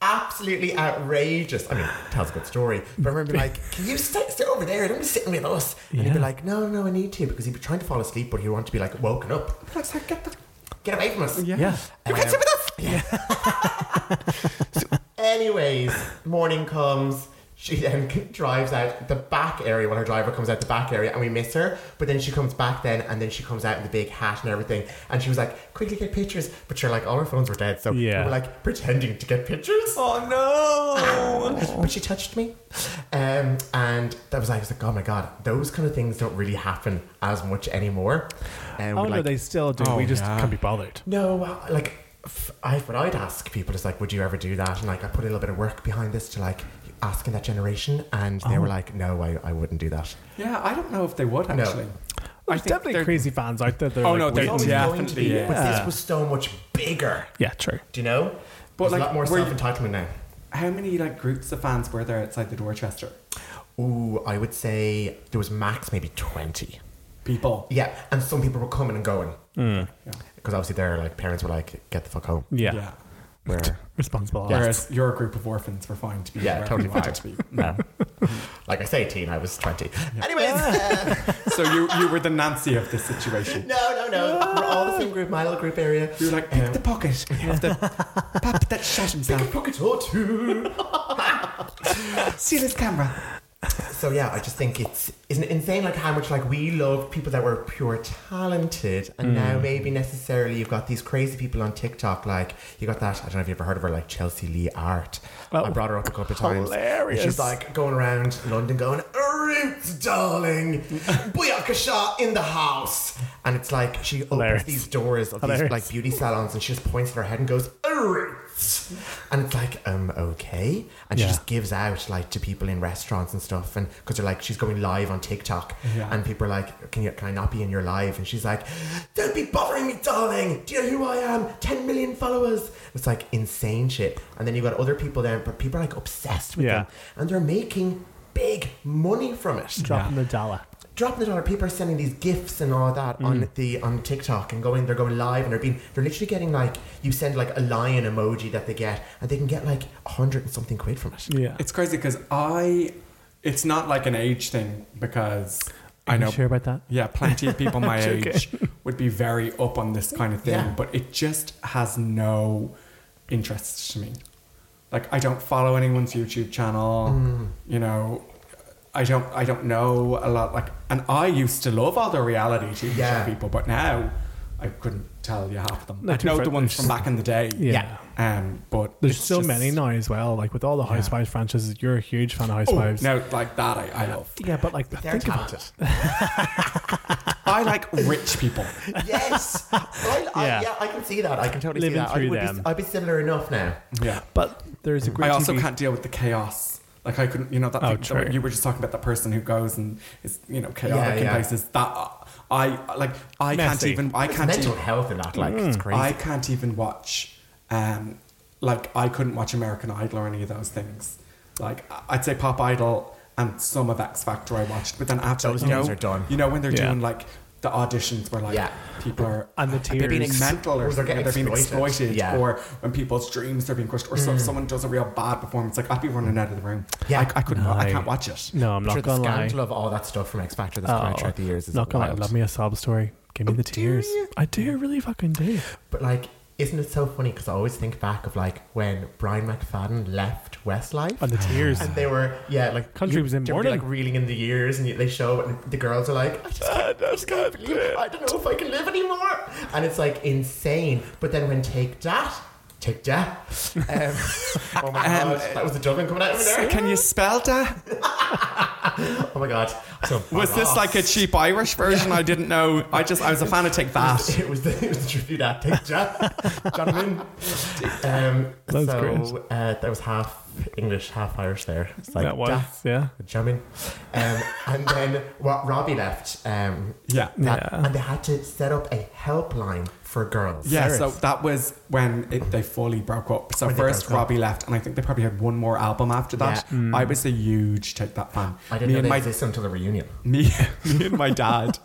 [SPEAKER 4] Absolutely outrageous. I mean, tells a good story. But I remember being like, "Can you sit, sit over there? Don't be sitting with us." And he'd be
[SPEAKER 1] Yeah.
[SPEAKER 4] like, "No, no, I need to," because he'd be trying to fall asleep, but he wanted to be like woken up.
[SPEAKER 3] That's like, get the-
[SPEAKER 4] Get away from us!
[SPEAKER 3] Yeah.
[SPEAKER 1] Yeah.
[SPEAKER 4] You can't sit with us. *laughs* Anyways, morning comes. She then drives out the back area when her driver comes out the back area and we miss her. But then she comes back then and then she comes out in the big hat and everything. And she was like, quickly get pictures. But you're like, all her phones were dead. So
[SPEAKER 1] Yeah.
[SPEAKER 4] we were like pretending to get pictures.
[SPEAKER 3] Oh
[SPEAKER 4] *laughs* But she touched me. Um, and that was, I was like, oh my God, those kind of things don't really happen as much anymore. Um,
[SPEAKER 1] Oh,
[SPEAKER 4] we,
[SPEAKER 1] no,
[SPEAKER 4] like,
[SPEAKER 1] they still do.
[SPEAKER 3] Oh,
[SPEAKER 1] we just
[SPEAKER 3] yeah.
[SPEAKER 1] can't be bothered.
[SPEAKER 4] no, like f- I, what I'd ask people is like, would you ever do that? And like, I put a little bit of work behind this to like asking that generation, and they were like, no, I, I wouldn't do that.
[SPEAKER 3] no! Yeah, I don't know if they would
[SPEAKER 4] No.
[SPEAKER 3] actually.
[SPEAKER 1] There's
[SPEAKER 3] think
[SPEAKER 1] definitely
[SPEAKER 3] they're-
[SPEAKER 1] crazy fans out there. that are
[SPEAKER 3] Oh,
[SPEAKER 1] like,
[SPEAKER 3] no,
[SPEAKER 1] waiting.
[SPEAKER 3] they're-
[SPEAKER 4] Always
[SPEAKER 1] yeah.
[SPEAKER 3] yeah.
[SPEAKER 4] going to be,
[SPEAKER 3] definitely,
[SPEAKER 4] but
[SPEAKER 1] yeah.
[SPEAKER 4] this was so much bigger.
[SPEAKER 1] true.
[SPEAKER 4] Do you know?
[SPEAKER 3] But,
[SPEAKER 4] There's
[SPEAKER 3] like,
[SPEAKER 4] a lot more
[SPEAKER 3] were you-
[SPEAKER 4] self entitlement now.
[SPEAKER 3] How many like groups of fans were there outside the Dorchester?
[SPEAKER 4] Ooh, I would say there was max maybe twenty.
[SPEAKER 3] people.
[SPEAKER 4] Yeah, and some people were coming and going because obviously their like parents were like, "Get the fuck home."
[SPEAKER 1] Yeah.
[SPEAKER 4] Where
[SPEAKER 1] Responsible.
[SPEAKER 4] *laughs* Yeah.
[SPEAKER 3] Whereas your group of orphans were fine to be
[SPEAKER 4] Yeah,
[SPEAKER 3] wherever
[SPEAKER 4] totally *laughs*
[SPEAKER 3] you wanted
[SPEAKER 4] fine.
[SPEAKER 3] to be.
[SPEAKER 4] like I say, teen, I was twenty. Anyways, uh,
[SPEAKER 3] so you you were the Nancy of this situation.
[SPEAKER 4] no, no, no, we're all the same group, my little group area.
[SPEAKER 3] You were like, pick
[SPEAKER 4] Um,
[SPEAKER 3] the pocket of the pup that shot himself.
[SPEAKER 4] pocket or two.
[SPEAKER 3] See this camera.
[SPEAKER 4] So yeah, I just think it's isn't it insane like how much like we love people that were pure talented,
[SPEAKER 1] Hmm.
[SPEAKER 4] and now maybe necessarily you've got these crazy people on TikTok like you got that I don't know if you ever heard of her like Chelsea Lee Art.
[SPEAKER 1] Oh,
[SPEAKER 4] I brought her up a couple of times.
[SPEAKER 1] hilarious.
[SPEAKER 4] She's like going around London going
[SPEAKER 1] *laughs*
[SPEAKER 4] roots, darling, booyakasha in the house, and it's like she opens
[SPEAKER 1] Hilarious.
[SPEAKER 4] these doors of these
[SPEAKER 1] Hilarious.
[SPEAKER 4] like beauty salons, and she just points at her head and goes roots, and it's like um okay, and she
[SPEAKER 1] Yeah.
[SPEAKER 4] just gives out like to people in restaurants and stuff, and because they're like she's going live on TikTok,
[SPEAKER 3] Yeah.
[SPEAKER 4] and people are like, "Can you can I not be in your live?" And she's like, "Don't be bothering me, darling. Do you know who I am? Ten million followers." It's like insane shit. And then you got other people there, but people are like obsessed with
[SPEAKER 1] Yeah.
[SPEAKER 4] them, and they're making big money from it.
[SPEAKER 1] Dropping the dollar.
[SPEAKER 4] Dropping the dollar, people are sending these gifts and all that on
[SPEAKER 1] Mm.
[SPEAKER 4] the on TikTok and going. They're going live and they're being. They're literally getting like you send like a lion emoji that they get, and they can get like a hundred and something quid from it.
[SPEAKER 1] Yeah.
[SPEAKER 3] It's crazy because I, it's not like an age thing because I
[SPEAKER 1] Are you
[SPEAKER 3] know.
[SPEAKER 1] sure about that?
[SPEAKER 3] Yeah, plenty
[SPEAKER 1] *laughs*
[SPEAKER 3] of people my
[SPEAKER 1] Joking.
[SPEAKER 3] age would be very up on this kind of thing,
[SPEAKER 4] Yeah.
[SPEAKER 3] but it just has no interest to me. Like I don't follow anyone's YouTube channel.
[SPEAKER 1] Mm.
[SPEAKER 3] You know, I don't I don't know a lot like and I used to love all the reality TV
[SPEAKER 4] Yeah.
[SPEAKER 3] show people, but now I couldn't tell you half of them.
[SPEAKER 1] No,
[SPEAKER 3] I
[SPEAKER 1] to be
[SPEAKER 3] know
[SPEAKER 1] fair,
[SPEAKER 3] the ones from
[SPEAKER 1] there's-
[SPEAKER 3] back in the day.
[SPEAKER 1] Yeah.
[SPEAKER 3] Um but
[SPEAKER 1] There's
[SPEAKER 3] it's
[SPEAKER 1] so
[SPEAKER 3] just-
[SPEAKER 1] many now as well. Like with all the Housewives franchises, you're a huge fan of
[SPEAKER 3] Oh,
[SPEAKER 1] Housewives.
[SPEAKER 3] no, like that I, I love.
[SPEAKER 1] Yeah, but like
[SPEAKER 4] They're
[SPEAKER 1] think about
[SPEAKER 4] talented.
[SPEAKER 3] I like
[SPEAKER 1] *laughs*
[SPEAKER 3] rich people.
[SPEAKER 4] *laughs* Yes. I, I,
[SPEAKER 1] Yeah.
[SPEAKER 4] yeah. I can see that. I can totally
[SPEAKER 1] Living
[SPEAKER 4] see that.
[SPEAKER 1] through
[SPEAKER 4] I would
[SPEAKER 1] them.
[SPEAKER 4] Be, I'd be similar enough now.
[SPEAKER 3] Yeah.
[SPEAKER 1] But there's a great.
[SPEAKER 3] I also
[SPEAKER 1] TV
[SPEAKER 3] can't deal with the chaos. Like I couldn't, you know, that
[SPEAKER 1] Oh,
[SPEAKER 3] thing that
[SPEAKER 1] true.
[SPEAKER 3] you were just talking about that person who goes and is, you know, chaotic
[SPEAKER 4] Yeah,
[SPEAKER 3] in
[SPEAKER 4] yeah.
[SPEAKER 3] places. That uh, I like. I can't
[SPEAKER 1] Messy.
[SPEAKER 3] even. I
[SPEAKER 4] It's
[SPEAKER 3] can't.
[SPEAKER 4] mental
[SPEAKER 3] even,
[SPEAKER 4] health and that, like,
[SPEAKER 1] Mm.
[SPEAKER 4] it's crazy.
[SPEAKER 3] I can't even watch. Um, like I couldn't watch American Idol or any of those things. Like I- I'd say Pop Idol and some of X Factor I watched, but then after
[SPEAKER 4] Those
[SPEAKER 3] you know,
[SPEAKER 4] things are done.
[SPEAKER 3] You know when they're
[SPEAKER 1] Yeah.
[SPEAKER 3] doing like the auditions where like
[SPEAKER 4] Yeah.
[SPEAKER 3] people are
[SPEAKER 1] And the
[SPEAKER 3] they're being
[SPEAKER 1] tears.
[SPEAKER 3] mental or
[SPEAKER 4] Or they're
[SPEAKER 3] something,
[SPEAKER 4] getting
[SPEAKER 3] they're being
[SPEAKER 4] exploited.
[SPEAKER 3] exploited
[SPEAKER 4] Yeah.
[SPEAKER 3] or when people's dreams are being crushed or
[SPEAKER 1] Mm.
[SPEAKER 3] so, someone does a real bad performance like I'd be running out of the room
[SPEAKER 4] Yeah.
[SPEAKER 3] I, I couldn't wa- I
[SPEAKER 1] No.
[SPEAKER 3] can't watch it
[SPEAKER 1] No, I'm
[SPEAKER 4] Sure,
[SPEAKER 1] not
[SPEAKER 4] the
[SPEAKER 1] gonna lie.
[SPEAKER 4] scandal of all that stuff from X Factor that's
[SPEAKER 1] Oh,
[SPEAKER 4] come out throughout the years is
[SPEAKER 1] not gonna lie.
[SPEAKER 4] wild.
[SPEAKER 1] Love me a sob story. Give me
[SPEAKER 3] Oh,
[SPEAKER 1] the tears. I do really fucking do.
[SPEAKER 4] But like, isn't it so funny? Because I always think back of like when Brian McFadden left
[SPEAKER 3] *sighs*
[SPEAKER 4] Westlife.
[SPEAKER 1] And the tears.
[SPEAKER 4] and they were, yeah, like
[SPEAKER 1] Country was in
[SPEAKER 4] they would be,
[SPEAKER 1] mourning.
[SPEAKER 4] like reeling in the years, and you- they show, it and the girls are like, "Ah, I just can't, I just can't believe, it. I don't know if I can live anymore, and it's like insane. But then when Take That, Take That, um, oh my
[SPEAKER 3] Um,
[SPEAKER 4] god, that was the Dublin coming out of there.
[SPEAKER 3] can you spell that
[SPEAKER 4] Oh my god, so oh,
[SPEAKER 3] was this like a cheap Irish version I didn't know I just I was a fan of Take
[SPEAKER 4] *laughs*
[SPEAKER 3] That
[SPEAKER 4] It was the it was the tribute act. Take that, Jonathan. Um,
[SPEAKER 1] That's
[SPEAKER 4] so
[SPEAKER 1] great.
[SPEAKER 4] uh, that was half English, half Irish. There, it's like
[SPEAKER 1] that was
[SPEAKER 4] "Daft,
[SPEAKER 1] yeah.
[SPEAKER 4] Jamin. Um, and then what Robbie left. Um,
[SPEAKER 3] yeah
[SPEAKER 4] that,
[SPEAKER 1] Yeah.
[SPEAKER 4] and they had to set up a helpline for girls.
[SPEAKER 3] Yeah, so that was when it, they fully broke up. So
[SPEAKER 4] When they
[SPEAKER 3] first
[SPEAKER 4] broke up.
[SPEAKER 3] Robbie left, and I think they probably had one more album after that.
[SPEAKER 4] Yeah.
[SPEAKER 1] Mm.
[SPEAKER 3] I was a huge Take That fan.
[SPEAKER 4] I didn't
[SPEAKER 3] me
[SPEAKER 4] know
[SPEAKER 3] and
[SPEAKER 4] they
[SPEAKER 3] my
[SPEAKER 4] existed until the reunion.
[SPEAKER 3] *laughs* me, me and my dad.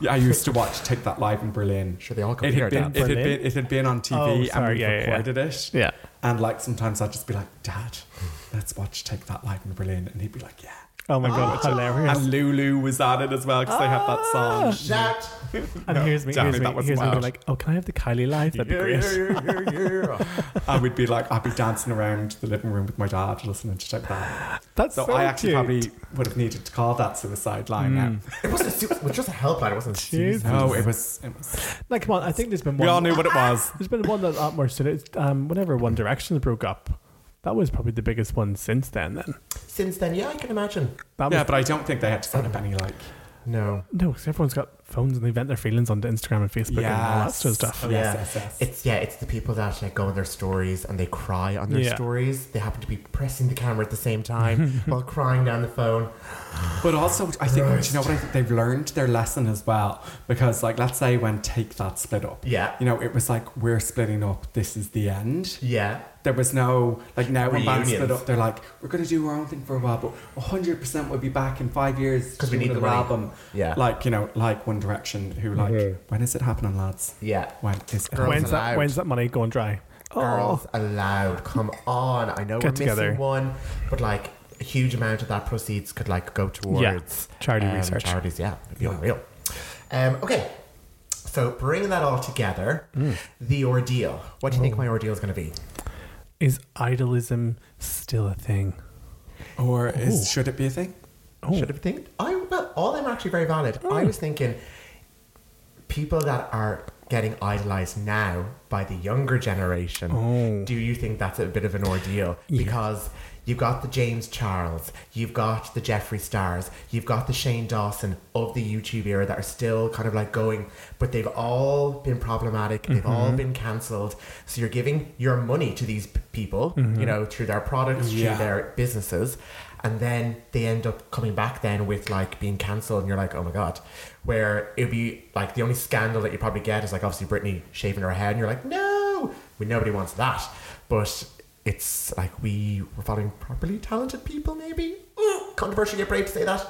[SPEAKER 3] yeah, I used to watch Take That live in Berlin.
[SPEAKER 4] Sure, they all come
[SPEAKER 3] it
[SPEAKER 4] here,
[SPEAKER 3] had been,
[SPEAKER 4] Dad.
[SPEAKER 3] it had
[SPEAKER 1] Berlin?
[SPEAKER 3] been it had been on TV
[SPEAKER 1] Oh,
[SPEAKER 3] and
[SPEAKER 1] sorry,
[SPEAKER 3] we
[SPEAKER 1] yeah, yeah, yeah.
[SPEAKER 3] recorded it.
[SPEAKER 1] Yeah.
[SPEAKER 3] and like sometimes I'd just be like, Dad, let's watch Take That live in Berlin, and he'd be like, Yeah.
[SPEAKER 1] Oh my
[SPEAKER 3] *laughs*
[SPEAKER 1] god, hilarious.
[SPEAKER 3] And Lulu was at it as well because they have that song.
[SPEAKER 4] Shout.
[SPEAKER 1] And here's me,
[SPEAKER 3] Danny,
[SPEAKER 1] here's me,
[SPEAKER 3] that was
[SPEAKER 1] here's me
[SPEAKER 3] wild.
[SPEAKER 1] being like, oh, can I have the Kylie live? That'd be
[SPEAKER 4] Yeah,
[SPEAKER 1] great.
[SPEAKER 4] yeah, yeah, yeah, yeah.
[SPEAKER 3] *laughs* I would be like, I'd be dancing around the living room with my dad listening to Take That.
[SPEAKER 1] *laughs* That's
[SPEAKER 3] So,
[SPEAKER 1] so,
[SPEAKER 3] I actually
[SPEAKER 1] cute.
[SPEAKER 3] probably would have needed to call that suicide line
[SPEAKER 4] It wasn't. a su- It was just a helpline. It wasn't. a
[SPEAKER 1] Jeez.
[SPEAKER 4] season.
[SPEAKER 3] now. No, it was. It was
[SPEAKER 1] Like, come on, I think there's been
[SPEAKER 3] we all
[SPEAKER 1] one.
[SPEAKER 3] knew what it was.
[SPEAKER 1] there's been one that a lot more suited. It's, Um, whenever One Direction broke up, that was probably the biggest one since then. Then
[SPEAKER 4] Since then, yeah, I can imagine.
[SPEAKER 1] that was
[SPEAKER 3] Yeah, but I don't think they had to set up any like.
[SPEAKER 4] No.
[SPEAKER 1] no, 'cause everyone's got phones and they vent their feelings onto Instagram and Facebook and all that
[SPEAKER 3] Yes.
[SPEAKER 1] sort of stuff.
[SPEAKER 3] Oh,
[SPEAKER 4] yeah.
[SPEAKER 3] yes, yes, yes.
[SPEAKER 4] It's yeah, it's the people that like, go on their stories and they cry on their
[SPEAKER 1] Yeah.
[SPEAKER 4] stories. They happen to be pressing the camera at the same
[SPEAKER 3] *laughs*
[SPEAKER 4] time while crying down the phone.
[SPEAKER 3] But also, I think do you know what I think they've learned their lesson as well because, like, let's say when Take That split up,
[SPEAKER 4] Yeah.
[SPEAKER 3] you know, it was like we're splitting up. This is the end.
[SPEAKER 4] Yeah.
[SPEAKER 3] There was no like now when bands split
[SPEAKER 4] Reunions.
[SPEAKER 3] up, they're like we're gonna do our own thing for a while, but 100 percent we'll be back in five years
[SPEAKER 4] 'Cause we
[SPEAKER 3] doing
[SPEAKER 4] need the
[SPEAKER 3] another
[SPEAKER 4] money.
[SPEAKER 3] album.
[SPEAKER 4] Yeah.
[SPEAKER 3] like you know, like One Direction who like, when is it happening, lads?
[SPEAKER 4] Yeah.
[SPEAKER 3] When is it
[SPEAKER 4] Girls
[SPEAKER 1] When's that,
[SPEAKER 4] allowed.
[SPEAKER 1] when's that money going dry?
[SPEAKER 4] Oh. Girls allowed. Come on. I know
[SPEAKER 1] Get
[SPEAKER 4] we're
[SPEAKER 1] together.
[SPEAKER 4] missing one, but like a huge amount of that proceeds could like go towards um,
[SPEAKER 1] Charity research.
[SPEAKER 4] Charities, yeah. It'd be
[SPEAKER 3] Yeah.
[SPEAKER 4] unreal. Um, okay. So bringing that all together,
[SPEAKER 1] Mm.
[SPEAKER 4] the ordeal. What do you think my ordeal is going to be?
[SPEAKER 1] Is idolism still a thing?
[SPEAKER 3] or is, should it be a thing?
[SPEAKER 4] Should have been thinking. I well, all of them are actually very valid. I was thinking people that are getting idolized now by the younger generation. Do you think that's a bit of an ordeal? Because you've got the James Charles, you've got the Jeffree Stars, you've got the Shane Dawson of the YouTube era that are still kind of like going, but they've all been problematic. They've all been cancelled. So you're giving your money to these p- people, you know, through their products,
[SPEAKER 3] Yeah.
[SPEAKER 4] through their their businesses and then they end up coming back then with like being cancelled and you're like oh my god where it'd be like the only scandal that you probably get is like obviously Britney shaving her head and you're like no we nobody wants that but it's like we were following properly talented people maybe Ooh, controversial get brave to say that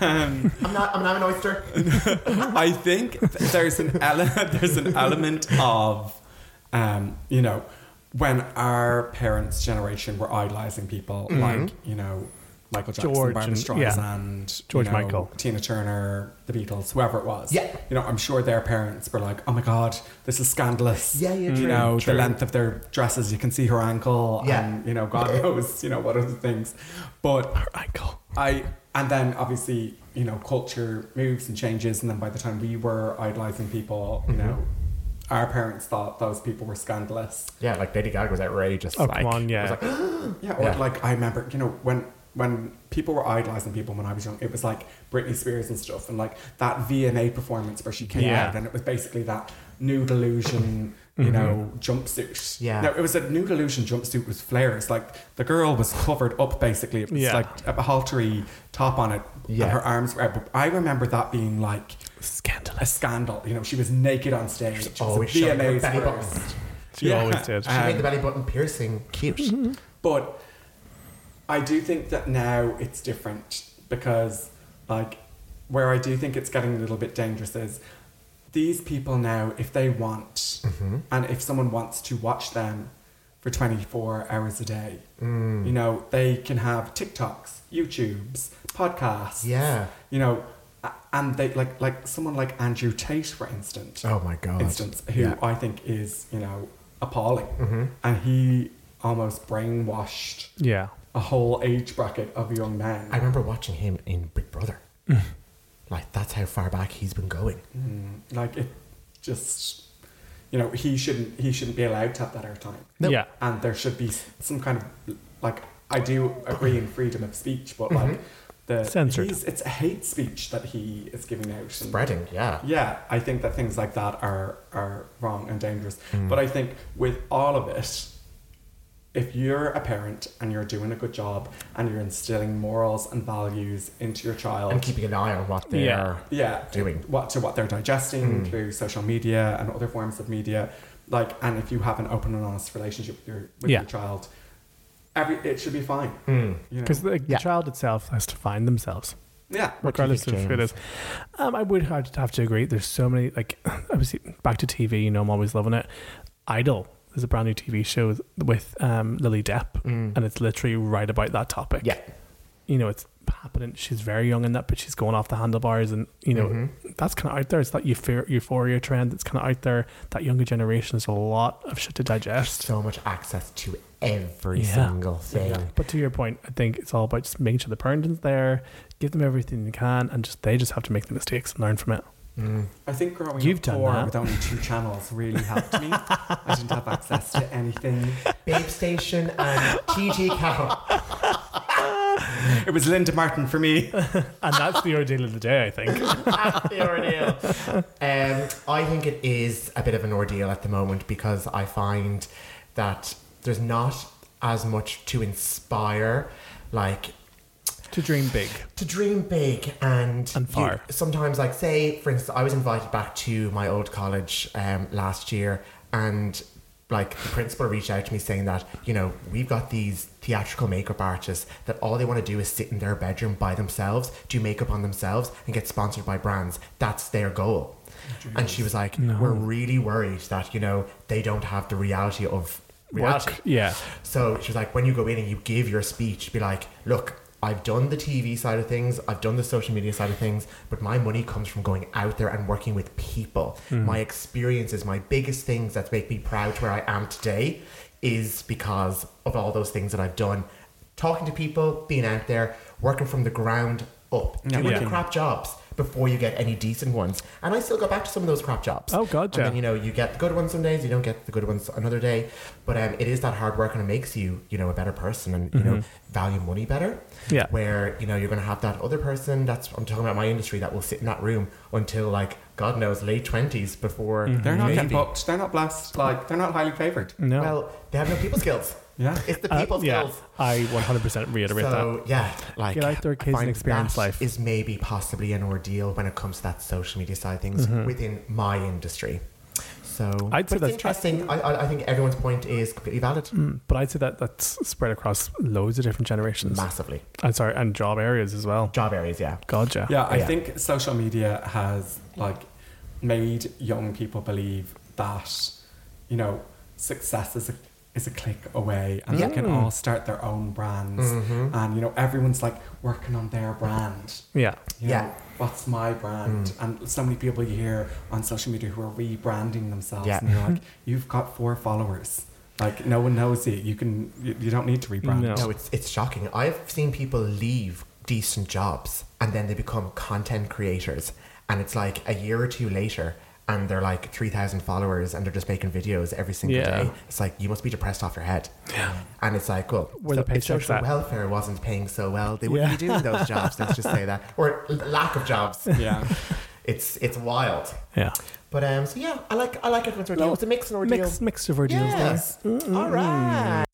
[SPEAKER 4] I'm not I'm not
[SPEAKER 1] *laughs*
[SPEAKER 4] an oyster
[SPEAKER 3] I think th- there's an ele- *laughs* there's an element of, um, you know, when our parents' generation were idolizing people like you know Michael Jackson,
[SPEAKER 1] Mm-hmm. George
[SPEAKER 3] Barbara
[SPEAKER 1] and- yeah.
[SPEAKER 3] Streisand, you
[SPEAKER 1] George
[SPEAKER 3] know,
[SPEAKER 1] Michael.
[SPEAKER 3] Tina Turner, The Beatles, whoever it was.
[SPEAKER 4] Yeah.
[SPEAKER 3] you know, I'm sure their parents were like, oh my god, this is scandalous.
[SPEAKER 4] Yeah, yeah,
[SPEAKER 3] you
[SPEAKER 4] true,
[SPEAKER 3] know,
[SPEAKER 4] true.
[SPEAKER 3] the length of their dresses, you can see her ankle.
[SPEAKER 4] Yeah.
[SPEAKER 3] and, you know, God
[SPEAKER 4] *laughs*
[SPEAKER 3] knows, you know, what other things, but
[SPEAKER 1] Her ankle.
[SPEAKER 3] I and then obviously you know culture moves and changes, and then by the time we were idolizing people, you know, our parents thought those people were scandalous.
[SPEAKER 4] yeah like Lady Gaga was outrageous
[SPEAKER 1] Oh,
[SPEAKER 4] like,
[SPEAKER 1] come on,
[SPEAKER 4] I was
[SPEAKER 1] yeah.
[SPEAKER 4] like, *gasps*
[SPEAKER 3] Yeah, or
[SPEAKER 4] Yeah.
[SPEAKER 3] like I remember, you know, when when people were idolizing people when I was young, it was like Britney Spears and stuff, and like that VMA performance where she came
[SPEAKER 1] Yeah.
[SPEAKER 3] out, and it was basically that nude illusion, you know, jumpsuit.
[SPEAKER 4] Mm-hmm. Yeah.
[SPEAKER 3] no, it was a nude illusion jumpsuit with flares. Like the girl was covered up basically. It was
[SPEAKER 1] Yeah.
[SPEAKER 3] like a haltery top on it,
[SPEAKER 4] Yeah.
[SPEAKER 3] and her arms were out. But I remember that being like a
[SPEAKER 1] Scandalous.
[SPEAKER 3] scandal. You know, she was naked on stage. She was a
[SPEAKER 4] always showing her
[SPEAKER 3] VMAs
[SPEAKER 4] belly button.
[SPEAKER 3] first.
[SPEAKER 1] She
[SPEAKER 3] Yeah.
[SPEAKER 1] always did.
[SPEAKER 4] she made the belly button piercing cute
[SPEAKER 1] Mm-hmm.
[SPEAKER 3] But I do think that now it's different because, like, where I do think it's getting a little bit dangerous is these people now, if they want,
[SPEAKER 4] Mm-hmm.
[SPEAKER 3] and if someone wants to watch them for 24 hours a day,
[SPEAKER 4] Mm.
[SPEAKER 3] you know, they can have TikToks, YouTubes, podcasts.
[SPEAKER 4] Yeah.
[SPEAKER 3] You know, a- and they like like someone like Andrew Tate, for instance
[SPEAKER 4] oh my god
[SPEAKER 3] instance, who
[SPEAKER 4] Yeah. Mm-hmm.
[SPEAKER 3] I think is, you know, appalling. And he almost brainwashed
[SPEAKER 1] Yeah.
[SPEAKER 3] a whole age bracket of young men.
[SPEAKER 4] I remember watching him in Big Brother.
[SPEAKER 1] Mm.
[SPEAKER 4] like that's how far back he's been going.
[SPEAKER 3] like it just you know, he shouldn't he shouldn't be allowed to have that airtime.
[SPEAKER 1] No. Yeah.
[SPEAKER 3] And there should be s- some kind of like I do agree in freedom of speech, but like
[SPEAKER 4] Mm-hmm.
[SPEAKER 3] the
[SPEAKER 1] Censored.
[SPEAKER 3] he's- it's hate speech that he is giving out. and-
[SPEAKER 4] Spreading, yeah.
[SPEAKER 3] yeah, I think that things like that are are wrong and dangerous.
[SPEAKER 1] Hmm.
[SPEAKER 3] But I think with all of it, if you're a parent and you're doing a good job and you're instilling morals and values into your child,
[SPEAKER 4] And keeping an eye on what they're
[SPEAKER 1] Yeah.
[SPEAKER 3] yeah,
[SPEAKER 4] doing.
[SPEAKER 3] what to what they're
[SPEAKER 1] Hmm.
[SPEAKER 3] digesting through social media and other forms of media, like, and if you have an open and honest relationship with your with
[SPEAKER 1] Yeah. Hmm.
[SPEAKER 3] your child, every it should be fine.
[SPEAKER 4] Mm.
[SPEAKER 3] You know?
[SPEAKER 1] Because the, the
[SPEAKER 4] Yeah.
[SPEAKER 1] child itself has to find themselves.
[SPEAKER 3] yeah,
[SPEAKER 1] regardless of who it is. Um, I would have to, have to agree. There's so many, like, *sighs* obviously, back to TV, you know, I'm always loving it. Idol is a brand new TV show with, with um, Lily Depp, and it's literally right about that topic.
[SPEAKER 4] Mm. Yeah.
[SPEAKER 1] You know, it's happening. She's very young in that, but she's going off the handlebars, and, you know, that's kind of out there. It's that euphoria, euphoria trend that's kind of out there. That younger generation is a lot of shit to digest.
[SPEAKER 4] So much access to every
[SPEAKER 1] Yeah.
[SPEAKER 4] single thing.
[SPEAKER 1] But to your point, I think it's all about just making sure the parenting's there, give them everything you can, and just they just have to make the mistakes and learn from it.
[SPEAKER 3] I think growing
[SPEAKER 1] You've
[SPEAKER 3] up
[SPEAKER 1] done
[SPEAKER 3] poor
[SPEAKER 1] that.
[SPEAKER 3] with only two channels really helped me. I didn't have access to
[SPEAKER 1] *laughs*
[SPEAKER 3] anything.
[SPEAKER 4] Babe Station and *laughs* TG Cow.
[SPEAKER 3] It was Linda Martin for me.
[SPEAKER 1] And that's the ordeal of the day, I think.
[SPEAKER 4] That's the ordeal. Um, I think it is a bit of an ordeal at the moment because I find that there's not as much to inspire. Like,
[SPEAKER 1] *laughs* to dream big.
[SPEAKER 4] to dream big and,
[SPEAKER 1] And far.
[SPEAKER 4] you- sometimes, like say, for instance, I was invited back to my old college um, last year, and like the principal reached out to me saying that you know we've got these theatrical makeup artists that all they want to do is sit in their bedroom by themselves do makeup on themselves and get sponsored by brands that's their goal and she was like we're really worried that you know they don't have the reality of reality
[SPEAKER 1] Work. Yeah.
[SPEAKER 4] so she was like, when you go in and you give your speech, be like, look, I've done the TV side of things, I've done the social media side of things, but my money comes from going out there and working with people.
[SPEAKER 1] Hmm.
[SPEAKER 4] My experiences, my biggest things that make me proud to where I am today is because of all those things that I've done. Talking to people, being out there, working from the ground up, doing
[SPEAKER 1] Yeah.
[SPEAKER 4] the crap jobs before you get any decent ones. And I still go back to some of those crap jobs.
[SPEAKER 1] Oh, gotcha.
[SPEAKER 4] And then, you know, you get the good ones some days, you don't get the good ones another day. But um, it is that hard work and it makes you, you know, a better person and, you know, value money better.
[SPEAKER 1] Mm-hmm. Yeah.
[SPEAKER 4] Where, you know, you're going to have that other person that's, I'm talking about my industry, that will sit in that room until, like, God knows, late 20s
[SPEAKER 3] *laughs*
[SPEAKER 4] before.
[SPEAKER 1] Mm-hmm.
[SPEAKER 3] They're not getting
[SPEAKER 4] maybe- Mm.
[SPEAKER 3] booked. They're not blessed. Like they're not highly favored.
[SPEAKER 1] No.
[SPEAKER 4] Well, they have no people skills.
[SPEAKER 3] Yeah.
[SPEAKER 4] It's the
[SPEAKER 1] Uh,
[SPEAKER 4] people
[SPEAKER 1] yeah.
[SPEAKER 4] skills.
[SPEAKER 1] I 100% reiterate
[SPEAKER 4] So yeah, like
[SPEAKER 1] Get out there,
[SPEAKER 4] I
[SPEAKER 1] kids, and
[SPEAKER 4] find
[SPEAKER 1] experience
[SPEAKER 4] that
[SPEAKER 1] life.
[SPEAKER 4] is maybe possibly an ordeal when it comes to that social media side of things within my industry. So
[SPEAKER 1] Mm-hmm. I'd say that's-
[SPEAKER 4] but
[SPEAKER 1] Mm.
[SPEAKER 4] it's interesting. I, I, I think everyone's point is completely valid,
[SPEAKER 1] that. But I'd say that that's spread across loads of different generations.
[SPEAKER 4] massively.
[SPEAKER 1] I'm sorry, and job areas as well.
[SPEAKER 4] Job areas, yeah.
[SPEAKER 1] Gotcha.
[SPEAKER 3] Yeah, I
[SPEAKER 4] Yeah.
[SPEAKER 3] think social media has like made young people believe that you know success is a is a click away, and they
[SPEAKER 4] Mm.
[SPEAKER 3] can all start their own brands,
[SPEAKER 4] Mm-hmm.
[SPEAKER 3] and you know everyone's like working on their brand.
[SPEAKER 1] Yeah.
[SPEAKER 3] You
[SPEAKER 4] Yeah. Mm.
[SPEAKER 3] know, what's my brand? And so many people you hear on social media who are rebranding themselves,
[SPEAKER 4] Yeah. Mm-hmm.
[SPEAKER 3] and you're like, you've got four followers. Like no one knows you. You can. You, you don't need to rebrand.
[SPEAKER 1] No.
[SPEAKER 4] No, it's it's shocking. I've seen people leave decent jobs and then they become content creators, and it's like a year or two later. And they're like 3,000 followers and they're just making videos every single
[SPEAKER 1] Yeah.
[SPEAKER 4] day. It's like, you must be depressed off your head. Yeah. And it's like, well,
[SPEAKER 1] Where the
[SPEAKER 4] if
[SPEAKER 1] paycheck's
[SPEAKER 4] social
[SPEAKER 1] at.
[SPEAKER 4] welfare wasn't paying so well, they wouldn't
[SPEAKER 1] Yeah.
[SPEAKER 4] be doing those jobs. Let's just say that. Or l- lack of
[SPEAKER 1] *laughs*
[SPEAKER 4] jobs.
[SPEAKER 3] Yeah.
[SPEAKER 4] It's it's wild.
[SPEAKER 1] Yeah.
[SPEAKER 4] But um, so yeah, I like I like everyone's ordeal. Oh, It's a mix and ordeal.
[SPEAKER 1] Mixed, mixed of ordeals there.
[SPEAKER 4] yes. All right.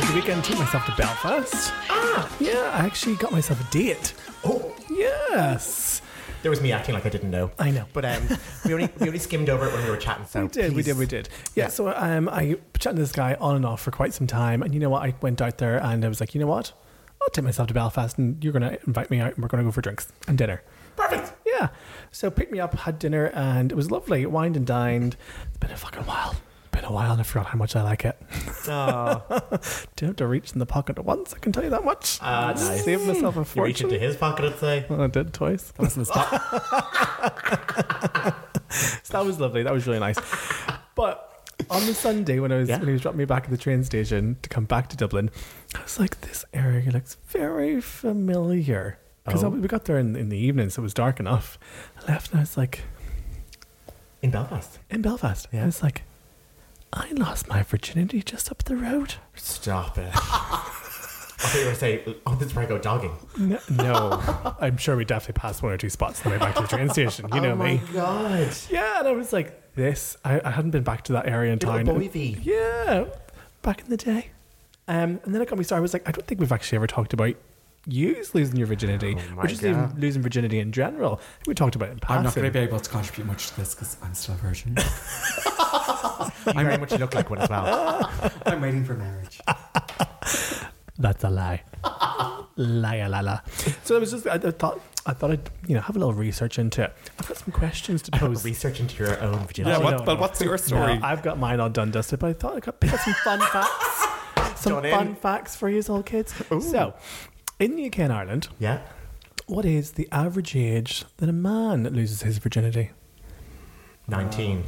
[SPEAKER 1] The weekend took myself to Belfast. Ah. Yeah, I actually got myself a date.
[SPEAKER 4] Oh,
[SPEAKER 1] Yes.
[SPEAKER 4] There was me acting like I didn't know.
[SPEAKER 1] I know.
[SPEAKER 4] But um, we only we only skimmed over it when we were chatting. So
[SPEAKER 1] We did, we
[SPEAKER 4] please. *laughs*
[SPEAKER 1] did, we did. Yeah,
[SPEAKER 4] Yeah.
[SPEAKER 1] so um, I chatted to this guy on and off for quite some time. And you know what? I went out there and I was like, you know what? I'll take myself to Belfast and you're going to invite me out and we're going to go for drinks and dinner.
[SPEAKER 4] Perfect.
[SPEAKER 1] Yeah. So picked me up, had dinner, and it was lovely. Wined and dined. It's been a fucking while. Been a while, and I forgot how much I like it. Don't have to reach in the pocket at once. I can tell you that much.
[SPEAKER 4] Ah, nice.
[SPEAKER 1] *laughs* Saved myself a
[SPEAKER 4] You reach into
[SPEAKER 1] fortune.
[SPEAKER 4] his pocket and say,
[SPEAKER 1] Well, I did twice.
[SPEAKER 3] That wasn't a spot.
[SPEAKER 1] So *laughs* that was lovely. That was really nice. But on the Sunday when I was
[SPEAKER 4] Yeah.
[SPEAKER 1] when he was dropping me back at the train station to come back to Dublin, I was like, this area looks very familiar. Because
[SPEAKER 4] Oh.
[SPEAKER 1] we got there in, in the evening, so it was dark enough. I left and I was like,
[SPEAKER 4] in Belfast.
[SPEAKER 1] in Belfast. I was like, I lost my virginity just up the road.
[SPEAKER 4] Stop
[SPEAKER 1] *laughs*
[SPEAKER 4] it. I thought you were saying, oh, this is where I go jogging.
[SPEAKER 1] No, no. *laughs* I'm sure we definitely passed one or two spots on the way back to the train station. *laughs* You know
[SPEAKER 4] oh
[SPEAKER 1] me.
[SPEAKER 4] my god.
[SPEAKER 1] Yeah, and I was like, this. I, I hadn't been back to that area in
[SPEAKER 4] You're
[SPEAKER 1] time.
[SPEAKER 4] a boy
[SPEAKER 1] Yeah, back in the day. Um, and then it got me started. I was like, I don't think we've actually ever talked about you losing your virginity,
[SPEAKER 4] Oh my
[SPEAKER 1] or just even
[SPEAKER 4] God.
[SPEAKER 1] losing virginity in general. We talked about it in passing.
[SPEAKER 3] I'm not going to be able to contribute much to this because I'm still
[SPEAKER 1] *laughs*
[SPEAKER 3] a virgin.
[SPEAKER 4] I very much look like one as
[SPEAKER 1] *laughs*
[SPEAKER 4] well.
[SPEAKER 3] I'm waiting for marriage.
[SPEAKER 1] That's a
[SPEAKER 4] *laughs*
[SPEAKER 1] lie. Lie, la, la. So I was just, I, I thought, I thought I'd, you know, have a little research into it. I've got some questions
[SPEAKER 4] *laughs*
[SPEAKER 1] to pose.
[SPEAKER 4] Research into your own
[SPEAKER 1] Yeah,
[SPEAKER 4] virginity.
[SPEAKER 1] what- no, but no.
[SPEAKER 3] what's your
[SPEAKER 1] No, I've got mine all done dusted, but I thought I could pick up some fun facts. Some
[SPEAKER 4] Done in.
[SPEAKER 1] fun facts for you all kids. So, in the UK and Ireland,
[SPEAKER 4] Yeah.
[SPEAKER 1] what is the average age that a man loses his virginity?
[SPEAKER 4] 19.
[SPEAKER 1] Uh,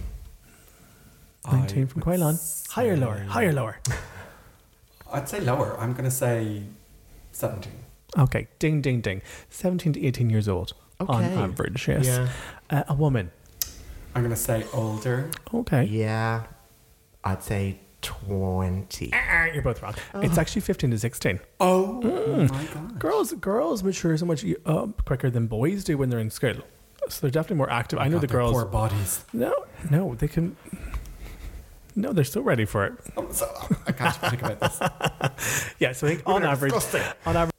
[SPEAKER 1] 19 from Quailon. Higher, lower, higher, lower.
[SPEAKER 3] I'd say lower. I'm going to say 17.
[SPEAKER 1] Okay, ding, ding, ding. 17 to 18 years old on
[SPEAKER 4] Okay.
[SPEAKER 1] average, yes.
[SPEAKER 4] Yeah.
[SPEAKER 1] Uh, a woman.
[SPEAKER 3] I'm going to say older.
[SPEAKER 1] Okay.
[SPEAKER 4] Yeah. I'd say 20.
[SPEAKER 1] Ah, You're both wrong. It's actually 15 to 16.
[SPEAKER 3] Oh
[SPEAKER 1] Mm.
[SPEAKER 3] my god.
[SPEAKER 1] Girls, girls mature so much uh, quicker than boys do when they're in school.
[SPEAKER 3] Oh
[SPEAKER 1] So they're definitely more active. I know
[SPEAKER 3] God,
[SPEAKER 1] the
[SPEAKER 3] their
[SPEAKER 1] girls.
[SPEAKER 3] Poor bodies.
[SPEAKER 1] No, no, they can. No, they're still ready for it.
[SPEAKER 3] I'm Oh, so, I can't think about
[SPEAKER 1] *laughs*
[SPEAKER 3] this.
[SPEAKER 1] Yeah, so I think on average, on average,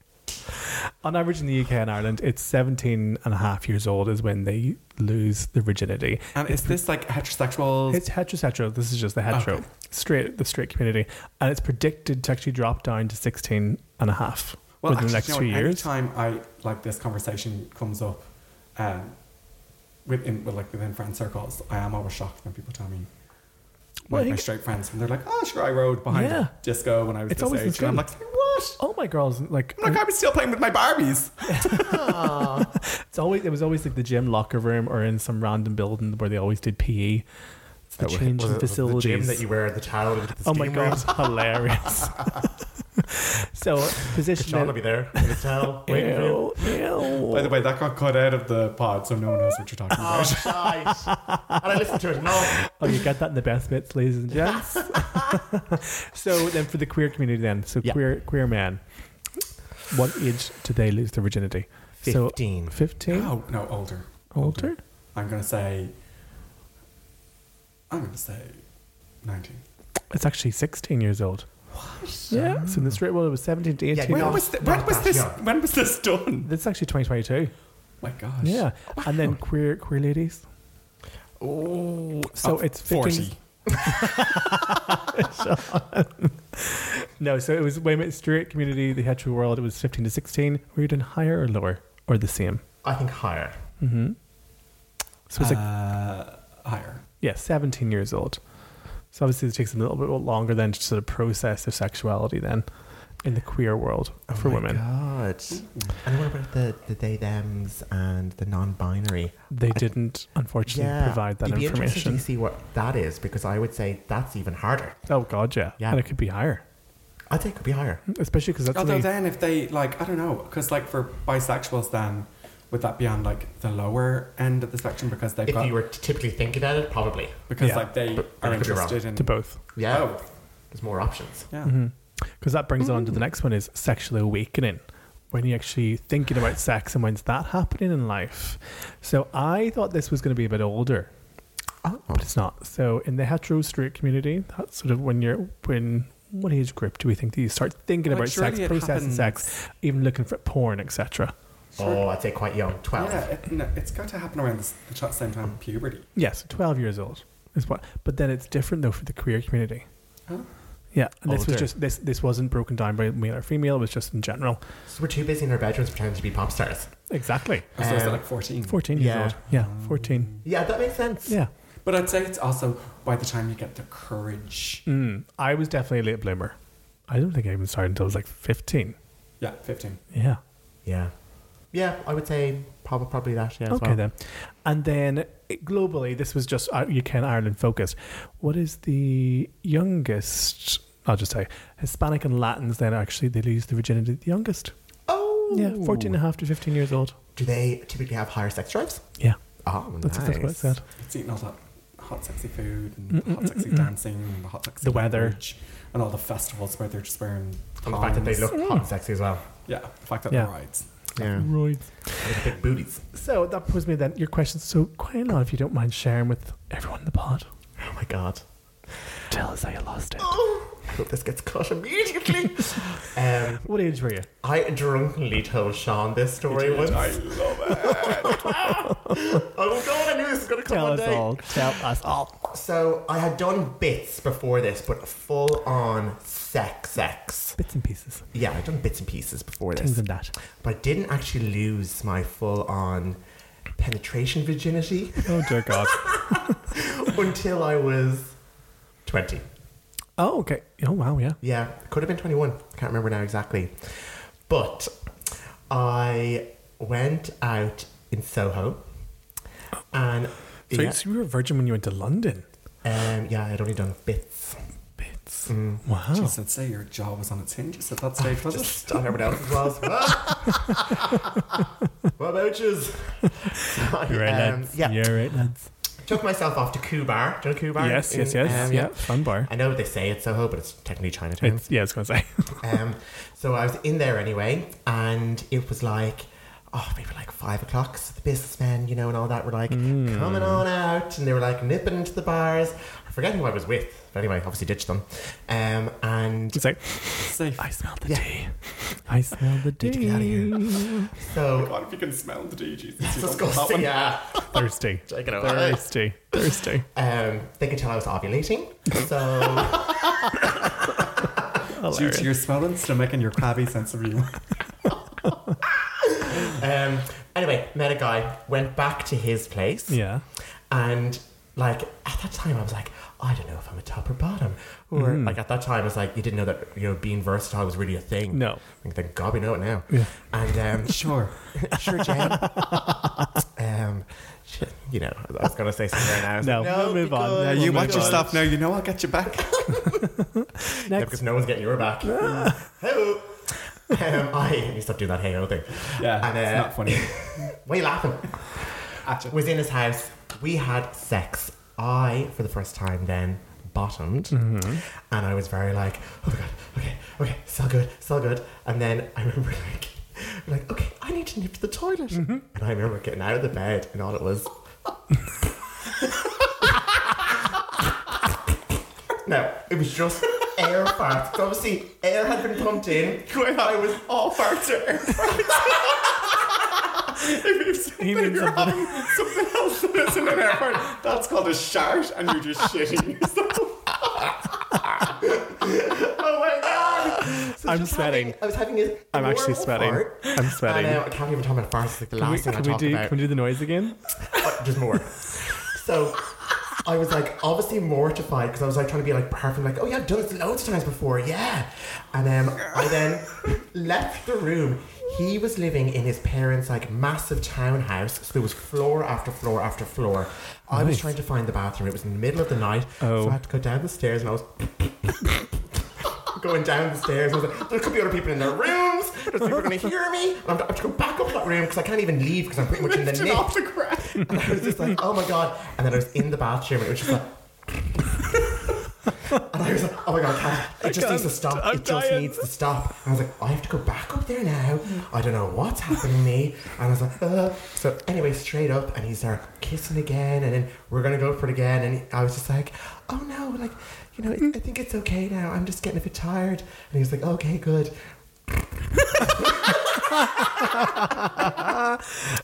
[SPEAKER 1] on average in the UK and Ireland, it's 17 and a half years old is when they lose the rigidity.
[SPEAKER 3] And is this like heterosexual?
[SPEAKER 1] It's hetero, hetero. This is just the hetero,
[SPEAKER 3] Okay.
[SPEAKER 1] straight, the straight community, and it's predicted to actually drop down to 16 and a half within the next
[SPEAKER 3] you know
[SPEAKER 1] few
[SPEAKER 3] what?
[SPEAKER 1] years.
[SPEAKER 3] Anytime I like this conversation comes up, um, within well, like within friend circles, I am always shocked when people tell me.
[SPEAKER 1] Well, I
[SPEAKER 3] Like my
[SPEAKER 1] think-
[SPEAKER 3] straight friends, and they're like, "Oh, sure, I rode behind
[SPEAKER 1] Yeah.
[SPEAKER 3] a disco when I was
[SPEAKER 1] It's
[SPEAKER 3] this
[SPEAKER 1] always
[SPEAKER 3] age,"
[SPEAKER 1] this
[SPEAKER 3] and I'm
[SPEAKER 1] good.
[SPEAKER 3] like, "What?"
[SPEAKER 1] All Oh my girls like
[SPEAKER 3] I'm like, I was still playing with my Barbies.
[SPEAKER 1] it's always it was always like the gym locker room or in some random building where they always did PE. It's the
[SPEAKER 4] That was-
[SPEAKER 1] change
[SPEAKER 4] was
[SPEAKER 1] in
[SPEAKER 4] it- was it
[SPEAKER 1] facilities.
[SPEAKER 4] The gym that you wear the towel. into The
[SPEAKER 1] oh my
[SPEAKER 4] steam
[SPEAKER 1] god,
[SPEAKER 4] room?
[SPEAKER 1] hilarious! *laughs* so position.
[SPEAKER 4] Sean will be there in his towel. waiting for you.
[SPEAKER 1] *laughs* Ew, ew.
[SPEAKER 3] By the way, that got cut out of the pod, so no one knows what you're talking
[SPEAKER 4] Oh,
[SPEAKER 3] about.
[SPEAKER 4] shite. and I listened to it. No,
[SPEAKER 1] Oh, you got that in the best bits, ladies and gents. *laughs* so then, for the queer community, then, so
[SPEAKER 4] Yeah.
[SPEAKER 1] queer queer man, what age do they lose their virginity? So
[SPEAKER 4] fifteen.
[SPEAKER 1] fifteen,
[SPEAKER 3] *laughs* No, no, older.
[SPEAKER 1] older.
[SPEAKER 3] I'm gonna say. I'm gonna say, nineteen.
[SPEAKER 1] It's actually sixteen years old. What? Yeah. So in the straight world, it was seventeen to eighteen.
[SPEAKER 4] Not-
[SPEAKER 3] When was, th- when
[SPEAKER 4] not
[SPEAKER 3] was
[SPEAKER 4] that
[SPEAKER 3] this?
[SPEAKER 4] young.
[SPEAKER 3] When was this done?
[SPEAKER 1] That's actually twenty twenty two.
[SPEAKER 3] my gosh.
[SPEAKER 1] Yeah, and then queer queer ladies.
[SPEAKER 3] Oh,
[SPEAKER 1] So it's 15 No, so it was wait a minute, straight community, the hetero world. It was fifteen to sixteen. Were you doing higher or lower or the same?
[SPEAKER 4] I think higher.
[SPEAKER 1] Mm-hmm. So it's like
[SPEAKER 3] uh, higher.
[SPEAKER 1] yeah, 17 years old. So obviously, it takes them a little bit longer then to sort of process their sexuality then in the queer world for
[SPEAKER 4] Oh my
[SPEAKER 1] women.
[SPEAKER 4] God. And what about the, the they thems and the non-binary?
[SPEAKER 1] They didn't, unfortunately, provide that
[SPEAKER 4] it'd be
[SPEAKER 1] information.
[SPEAKER 4] interesting to see what that is because I would say that's even harder.
[SPEAKER 1] Oh god, yeah.
[SPEAKER 4] Yeah.
[SPEAKER 1] and it could be higher,
[SPEAKER 4] I'd say it could be higher.
[SPEAKER 1] especially because that's
[SPEAKER 3] Although
[SPEAKER 1] only,
[SPEAKER 3] then, if they like, I don't know, because like for bisexuals, then would that be on like the lower end of the spectrum because they've
[SPEAKER 4] If
[SPEAKER 3] got
[SPEAKER 4] you were to typically thinking about it, probably.
[SPEAKER 3] because
[SPEAKER 1] Yeah.
[SPEAKER 3] like they
[SPEAKER 4] I
[SPEAKER 3] are
[SPEAKER 4] could be wrong.
[SPEAKER 3] interested in
[SPEAKER 1] to both. Mm-hmm.
[SPEAKER 4] Yeah.
[SPEAKER 3] both.
[SPEAKER 4] There's more options.
[SPEAKER 3] Yeah.
[SPEAKER 1] Because that brings on to
[SPEAKER 4] Mm.
[SPEAKER 1] the next one is sexual awakening. When you're actually thinking about sex and when's that happening in life. So I thought this was going to be a bit older,
[SPEAKER 4] Oh.
[SPEAKER 1] but it's not. So in the hetero straight community, that's sort of when you're when what age group do we think that you start thinking
[SPEAKER 3] Like,
[SPEAKER 1] about sex,
[SPEAKER 3] surely it
[SPEAKER 1] processing sex, even looking for porn, etc.
[SPEAKER 4] Oh, I'd say quite young. 12.
[SPEAKER 3] Yeah, it, no, it's going to happen around this, the same
[SPEAKER 4] Mm.
[SPEAKER 3] time puberty.
[SPEAKER 1] Yeah, so twelve years old is what. But then it's different though for the queer community.
[SPEAKER 3] Huh?
[SPEAKER 1] Yeah, and this was
[SPEAKER 4] Older.
[SPEAKER 1] just this this wasn't broken down by male or female. It was just in general.
[SPEAKER 4] So we're too busy in our bedrooms pretending to be pop stars.
[SPEAKER 1] Exactly,
[SPEAKER 3] Or so is it
[SPEAKER 4] Um,
[SPEAKER 3] like fourteen?
[SPEAKER 1] fourteen years
[SPEAKER 4] Yeah.
[SPEAKER 1] old. Yeah, fourteen.
[SPEAKER 4] Yeah, that makes sense.
[SPEAKER 1] Yeah.
[SPEAKER 3] But I'd say it's also by the time you get the courage.
[SPEAKER 1] Mm, I was definitely a late bloomer. I don't think I even started until I was like 15.
[SPEAKER 3] Yeah, fifteen.
[SPEAKER 1] Yeah.
[SPEAKER 4] Yeah. Yeah, I would say probably, probably that. Yeah, as
[SPEAKER 1] okay,
[SPEAKER 4] well.
[SPEAKER 1] then. And then it- globally, this was just uh, UK and Ireland focused. What is the youngest? I'll just say Hispanic and Latins then actually they lose the virginity the youngest.
[SPEAKER 4] Oh.
[SPEAKER 1] Yeah, 14 and a half to 15 years old.
[SPEAKER 4] Do they typically have higher sex drives?
[SPEAKER 1] Yeah,
[SPEAKER 4] Oh,
[SPEAKER 1] that's,
[SPEAKER 4] nice.
[SPEAKER 1] that's what it said.
[SPEAKER 3] It's eating all that hot, sexy food and the hot, sexy dancing and the hot, sexy
[SPEAKER 1] The weather.
[SPEAKER 3] language and all the festivals where they're just wearing.
[SPEAKER 4] And the fact that they
[SPEAKER 3] thongs.
[SPEAKER 4] look hot and sexy as well.
[SPEAKER 3] Yeah, the fact that
[SPEAKER 1] Yeah.
[SPEAKER 3] they rides.
[SPEAKER 4] Yeah.
[SPEAKER 1] Right.
[SPEAKER 4] Big booties.
[SPEAKER 1] So that puts me then your questions. So quite a lot, if you don't mind sharing with everyone in the pod.
[SPEAKER 4] Oh my god.
[SPEAKER 1] Tell us how you lost it.
[SPEAKER 4] Oh, I hope this gets cut
[SPEAKER 1] *laughs*
[SPEAKER 4] immediately. um,
[SPEAKER 1] What age were you?
[SPEAKER 4] I drunkenly told Sean this story once.
[SPEAKER 3] I love it.
[SPEAKER 4] Oh god, I knew this was gonna come
[SPEAKER 1] Tell
[SPEAKER 4] one
[SPEAKER 1] us
[SPEAKER 4] day.
[SPEAKER 1] all. Tell us all.
[SPEAKER 4] So I had done bits before this, but full on sex, sex.
[SPEAKER 1] Bits and pieces.
[SPEAKER 4] Yeah, I'd done bits and pieces before
[SPEAKER 1] Things
[SPEAKER 4] this,
[SPEAKER 1] and that.
[SPEAKER 4] but I didn't actually lose my full on penetration virginity
[SPEAKER 1] Oh dear God.
[SPEAKER 4] until I was twenty.
[SPEAKER 1] oh okay. Oh wow. Yeah.
[SPEAKER 4] Yeah, it could have been 21. Can't remember now exactly. But I went out in Soho and
[SPEAKER 1] So,
[SPEAKER 4] yeah,
[SPEAKER 1] so you were a virgin when you went to London.
[SPEAKER 4] um, yeah, I'd only done bits.
[SPEAKER 1] Bits. Wow.
[SPEAKER 3] Jeez, I'd say your jaw was on its hinges at that stage, was
[SPEAKER 4] *laughs*
[SPEAKER 3] it?
[SPEAKER 4] Just on everyone else's *laughs* was. what about yous?
[SPEAKER 1] You're right,
[SPEAKER 4] Um,
[SPEAKER 1] lads.
[SPEAKER 4] yeah,
[SPEAKER 1] You're right, lads.
[SPEAKER 4] took myself off to Koo Bar. Do you know Koo Bar?
[SPEAKER 1] Yes,
[SPEAKER 4] in-
[SPEAKER 1] yes, yes.
[SPEAKER 4] um,
[SPEAKER 1] yeah. Fun bar.
[SPEAKER 4] I know they say it's Soho, but it's technically Chinatown.
[SPEAKER 1] It's, yeah, I was going to say.
[SPEAKER 4] Um, so I was in there anyway, and it was like, oh, maybe like five o'clock. So the businessmen, you know, and all that were like
[SPEAKER 3] Hmm.
[SPEAKER 4] coming on out, and they were like nipping into the bars. I forget who I was with, but anyway, obviously ditched them. Um,
[SPEAKER 1] *laughs*
[SPEAKER 4] and
[SPEAKER 1] It's like,
[SPEAKER 3] Safe.
[SPEAKER 1] I smell the
[SPEAKER 4] Yeah.
[SPEAKER 1] tea. I smell the tea.
[SPEAKER 4] Need to get outta
[SPEAKER 3] *laughs*
[SPEAKER 4] so
[SPEAKER 3] God, if you can smell the DG, you don't want that
[SPEAKER 4] disgusting.
[SPEAKER 3] one.
[SPEAKER 4] Yeah,
[SPEAKER 1] Thirsty.
[SPEAKER 4] Take it away.
[SPEAKER 1] Thirsty. Thirsty.
[SPEAKER 4] Um, they could tell I was ovulating,
[SPEAKER 3] *laughs*
[SPEAKER 4] so
[SPEAKER 3] Due
[SPEAKER 1] Hilarious.
[SPEAKER 3] to your swollen stomach and your crabby sense of humor.
[SPEAKER 4] um, anyway, met a guy, went back to his place,
[SPEAKER 1] Yeah.
[SPEAKER 4] And like at that time, I was like, I don't know if I'm a top or bottom. Or like at that time, I was like, you didn't know that you know being versatile was really a thing.
[SPEAKER 1] No.
[SPEAKER 4] Like, thank God we know it now.
[SPEAKER 1] Yeah.
[SPEAKER 4] And
[SPEAKER 3] *laughs*
[SPEAKER 4] um,
[SPEAKER 3] Sure.
[SPEAKER 4] sure, Jen. um, sh- you know, I was gonna say something right now. I was
[SPEAKER 1] No,
[SPEAKER 4] like,
[SPEAKER 1] we'll move on.
[SPEAKER 4] because-
[SPEAKER 1] No,
[SPEAKER 3] Yeah, you
[SPEAKER 1] We'll
[SPEAKER 3] watch
[SPEAKER 1] move
[SPEAKER 3] your
[SPEAKER 1] on.
[SPEAKER 3] stuff now. You know I'll get you back.
[SPEAKER 4] Yeah,
[SPEAKER 1] Next.
[SPEAKER 4] because no one's getting your back. *laughs* Hello. Um, I you stop doing that hey oh thing.
[SPEAKER 3] Yeah,
[SPEAKER 4] And,
[SPEAKER 3] it's
[SPEAKER 4] uh,
[SPEAKER 3] not funny.
[SPEAKER 4] Why are you laughing?
[SPEAKER 3] Gotcha.
[SPEAKER 4] was in his house. We had sex. I, for the first time, then bottomed, and I was very like, "Oh my god, okay, okay, it's all good, it's all good." And then I remember like, like, okay, I need to nip to the toilet, and I remember getting out of the bed, and all it was. *laughs* No, it was just air farts. So Obviously, air had been pumped in. I was all farts are air
[SPEAKER 1] *laughs* He means
[SPEAKER 3] You're
[SPEAKER 1] something.
[SPEAKER 3] having something else that isn't an airport. That's called a shout, and you're *laughs* just shitting yourself.
[SPEAKER 4] Oh my god! So
[SPEAKER 1] I'm
[SPEAKER 4] just
[SPEAKER 1] sweating.
[SPEAKER 4] Having, I was having a.
[SPEAKER 1] I'm actually
[SPEAKER 4] normal
[SPEAKER 1] sweating.
[SPEAKER 4] fart.
[SPEAKER 1] I'm sweating.
[SPEAKER 4] And, uh, I can't even talk about farts. It's like the
[SPEAKER 1] Can we,
[SPEAKER 4] last thing I
[SPEAKER 1] can we
[SPEAKER 4] talk
[SPEAKER 1] do,
[SPEAKER 4] about.
[SPEAKER 1] can we do the noise again?
[SPEAKER 4] Uh, Just more. so I was like obviously mortified because I was like trying to be like perfect, like oh yeah, I've done this loads of times before, yeah. And um, I then *laughs* left the room. He was living in his parents' like massive townhouse, so there was floor after floor after floor. I was
[SPEAKER 1] Nice.
[SPEAKER 4] trying to find the bathroom. It was in the middle of the night,
[SPEAKER 1] Oh.
[SPEAKER 4] so I had to go down the stairs, and I was going down the stairs. I was like, there could be other people in their rooms. There's people going to hear me. And I'm, I have to go back up to that room because I can't even leave because I'm pretty much in the
[SPEAKER 3] Shit
[SPEAKER 4] nick.
[SPEAKER 3] off the ground.
[SPEAKER 4] *laughs* And I was just like, oh my god. And then I was in the bathroom and it was just like. and I was like, oh my god, Kat, it just needs to
[SPEAKER 1] can't.
[SPEAKER 4] stop.
[SPEAKER 1] I'm
[SPEAKER 4] it just
[SPEAKER 1] dying.
[SPEAKER 4] needs to stop. And I was like, I have to go back up there now. I don't know what's happened to me. And I was like, uh. so anyway, straight up. And he's there kissing again. And then we're going to go for it again. And I was just like, oh no, like, you know, I think it's okay now. I'm just getting a bit tired. And he was like, okay, good.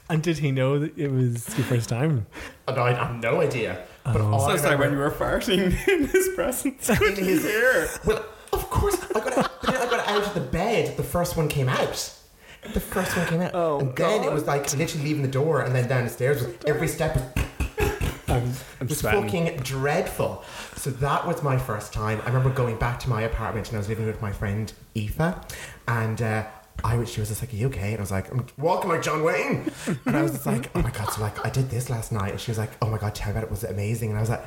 [SPEAKER 1] And did he know that it was your first time?
[SPEAKER 4] And I have no idea. But all I
[SPEAKER 3] So sorry
[SPEAKER 4] remember-
[SPEAKER 3] when you were farting in his presence. *laughs*
[SPEAKER 4] in his ear. Well, of course, I got out, but then I got out of the bed. The first one came out. The first one came out.
[SPEAKER 1] Oh,
[SPEAKER 4] and then it was like literally leaving the door and then down the stairs. Every step was,
[SPEAKER 1] I'm, I'm
[SPEAKER 4] was
[SPEAKER 1] sweating.
[SPEAKER 4] fucking dreadful. So that was my first time. I remember going back to my apartment and I was living with my friend Aoife. And uh, I was, she was just like, Are you okay? And I was like, I'm walking like John Wayne. And I was just like, Oh my God. So, like, I did this last night. And she was like, Oh my God, tell me about it. Was it amazing? And I was like,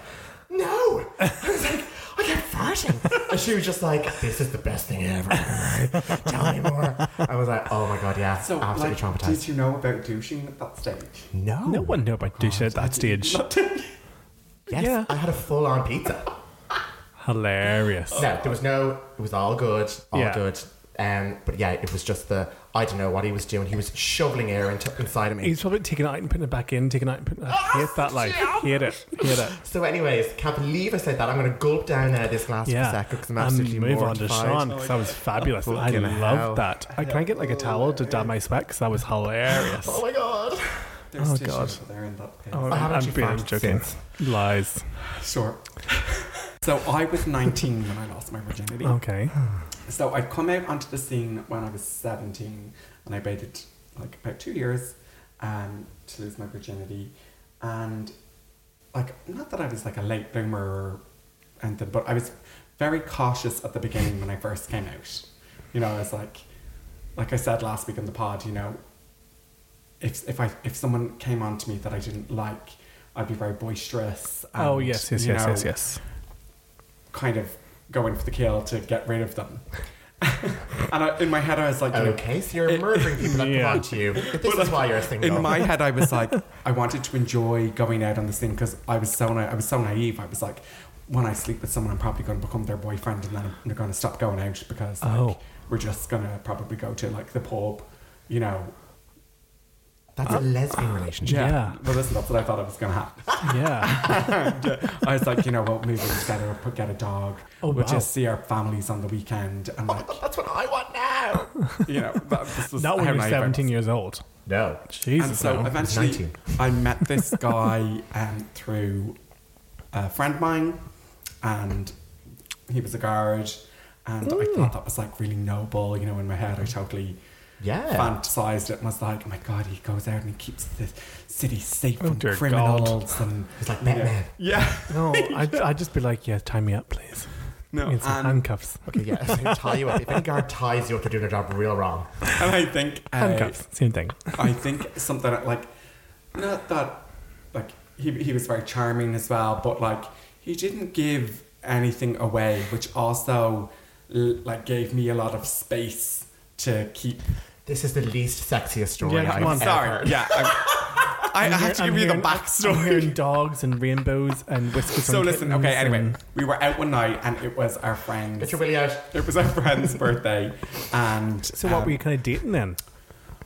[SPEAKER 4] No. I was like, I kept farting. And she was just like, This is the best thing ever. Tell me more. I was like, Oh my God, yeah.
[SPEAKER 3] So,
[SPEAKER 4] absolutely
[SPEAKER 3] like,
[SPEAKER 4] traumatized.
[SPEAKER 3] did you know about douching at that stage?
[SPEAKER 4] no.
[SPEAKER 1] No one knew about douche at that stage.
[SPEAKER 3] *laughs*
[SPEAKER 4] Yes.
[SPEAKER 1] Yeah.
[SPEAKER 4] I had a full on pizza.
[SPEAKER 1] Hilarious.
[SPEAKER 4] No, there was no. It was all good, all
[SPEAKER 1] Yeah.
[SPEAKER 4] good. Um, but yeah, it was just the. I don't know what he was doing. He was shoveling air into, inside of me.
[SPEAKER 1] He's probably taking it out and putting it back in, taking it out and putting it I hate that life. Hate it. Hate it.
[SPEAKER 4] so, anyways, can't believe I said that. I'm going to gulp down uh, this glass for a
[SPEAKER 1] Yeah.
[SPEAKER 4] second because I'm
[SPEAKER 1] And
[SPEAKER 4] absolutely
[SPEAKER 1] move on to
[SPEAKER 4] mortified. Oh,
[SPEAKER 1] Sean because that was fabulous. I
[SPEAKER 4] Fucking hell.
[SPEAKER 1] loved that. I can I get like a towel to dab my sweat because that was hilarious.
[SPEAKER 4] Oh my god!
[SPEAKER 3] There's
[SPEAKER 1] Oh,
[SPEAKER 3] tissue
[SPEAKER 1] God.
[SPEAKER 3] there in that pit.
[SPEAKER 1] Oh,
[SPEAKER 4] I
[SPEAKER 1] I'm
[SPEAKER 4] haven't actually
[SPEAKER 1] being
[SPEAKER 4] farted
[SPEAKER 1] joking.
[SPEAKER 4] since.
[SPEAKER 1] Lies.
[SPEAKER 3] Sure. *laughs* So I was 19 when I lost my virginity.
[SPEAKER 1] Okay.
[SPEAKER 3] So I'd come out onto the scene when I was 17 and I waited like about two years um, to lose my virginity. And like, not that I was like a late bloomer or anything, but I was very cautious at the beginning when I first came out. You know, I was like, like I said last week in the pod, you know, if, if I if someone came on to me that I didn't like, I'd be very boisterous. And,
[SPEAKER 1] oh yes, yes,
[SPEAKER 3] you
[SPEAKER 1] yes,
[SPEAKER 3] know,
[SPEAKER 1] yes, yes.
[SPEAKER 3] kind of going for the kill to get rid of them. *laughs* and I, in my head, I was like, you know,
[SPEAKER 4] Okay, so you're murdering people that
[SPEAKER 1] Yeah.
[SPEAKER 4] come on to you. This is why you're single.
[SPEAKER 3] in my head, I was
[SPEAKER 1] *laughs*
[SPEAKER 3] like, I wanted to enjoy going out on this thing because I was so na- I was so naive. I was like, when I sleep with someone, I'm probably going to become their boyfriend, and then they're going to stop going out because like,
[SPEAKER 1] Oh.
[SPEAKER 3] we're just going to probably go to like the pub, you know,
[SPEAKER 4] That's a lesbian relationship.
[SPEAKER 1] Yeah.
[SPEAKER 3] Well, listen, that's what I thought I was going to have.
[SPEAKER 4] *laughs*
[SPEAKER 1] Yeah.
[SPEAKER 3] I was like, you know what, move in together, put, get a dog.
[SPEAKER 1] Oh,
[SPEAKER 3] we'll
[SPEAKER 1] wow.
[SPEAKER 3] just see our families on the weekend. And like,
[SPEAKER 4] That's what I want now.
[SPEAKER 1] *laughs*
[SPEAKER 3] you know, that, this was
[SPEAKER 1] Not when
[SPEAKER 3] how
[SPEAKER 1] you're
[SPEAKER 3] naive I
[SPEAKER 1] 17
[SPEAKER 3] was.
[SPEAKER 1] years old.
[SPEAKER 4] No.
[SPEAKER 1] Jesus.
[SPEAKER 3] And so
[SPEAKER 1] no.
[SPEAKER 3] eventually
[SPEAKER 4] 19.
[SPEAKER 3] *laughs* I met this guy um, through a friend of mine and he was a guard. And
[SPEAKER 1] Mm.
[SPEAKER 3] I thought that was like really noble, you know, in my head. I totally
[SPEAKER 4] Yeah.
[SPEAKER 3] fantasized it and was like, oh my God, he goes out and he keeps the city safe
[SPEAKER 1] Oh,
[SPEAKER 3] from
[SPEAKER 1] dear God.
[SPEAKER 3] criminals. And,
[SPEAKER 4] It's like
[SPEAKER 3] you know.
[SPEAKER 4] Batman.
[SPEAKER 3] Yeah. *laughs*
[SPEAKER 1] no, I'd, I'd just be like, yeah, tie me up, please.
[SPEAKER 3] No,
[SPEAKER 1] I need some
[SPEAKER 3] and-
[SPEAKER 1] handcuffs.
[SPEAKER 4] Okay, yeah. so they tie you up. If any guard ties you up, they're doing their job real wrong.
[SPEAKER 3] and I think uh,
[SPEAKER 1] Handcuffs. Same thing.
[SPEAKER 3] I think something that, like not that like he he was very charming as well, but like he didn't give anything away, which also l- like gave me a lot of space to keep.
[SPEAKER 4] This is the least sexiest story
[SPEAKER 1] Yeah,
[SPEAKER 4] I've
[SPEAKER 1] come on.
[SPEAKER 4] ever
[SPEAKER 3] Sorry, yeah. I'm, I, I
[SPEAKER 1] I'm
[SPEAKER 3] have to
[SPEAKER 1] hear- I'm
[SPEAKER 3] give you the
[SPEAKER 1] hearing- I'm
[SPEAKER 3] backstory. *laughs*
[SPEAKER 1] hearing dogs and rainbows and whiskers.
[SPEAKER 3] So
[SPEAKER 1] and
[SPEAKER 3] listen,
[SPEAKER 1] kittens
[SPEAKER 3] okay. Anyway,
[SPEAKER 1] and-
[SPEAKER 3] we were out one night and it was our friend.
[SPEAKER 4] Get your willy out.
[SPEAKER 3] It was our friend's birthday, and
[SPEAKER 1] So what
[SPEAKER 3] um,
[SPEAKER 1] were you kind of dating then?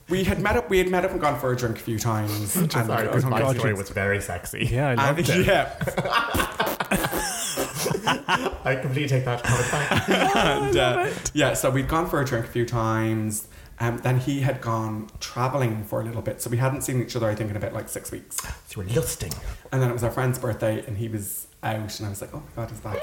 [SPEAKER 3] we had met up. We had met up and gone for a drink a few times. and
[SPEAKER 4] Sorry,
[SPEAKER 3] it
[SPEAKER 4] because
[SPEAKER 1] "Oh,
[SPEAKER 3] was
[SPEAKER 4] my
[SPEAKER 3] uncomfortable.
[SPEAKER 4] story was very sexy. *laughs*
[SPEAKER 1] Yeah, I
[SPEAKER 3] And
[SPEAKER 1] loved it.
[SPEAKER 3] yeah,
[SPEAKER 4] I completely take that
[SPEAKER 1] *laughs*
[SPEAKER 4] comment back.
[SPEAKER 3] and uh, yeah, so we'd gone for a drink a few times. Um, then he had gone traveling for a little bit, so we hadn't seen each other. I think in about like six weeks.
[SPEAKER 4] So we're lusting.
[SPEAKER 3] And then it was our friend's birthday, and he was out, and I was like, "Oh my god, he's back!"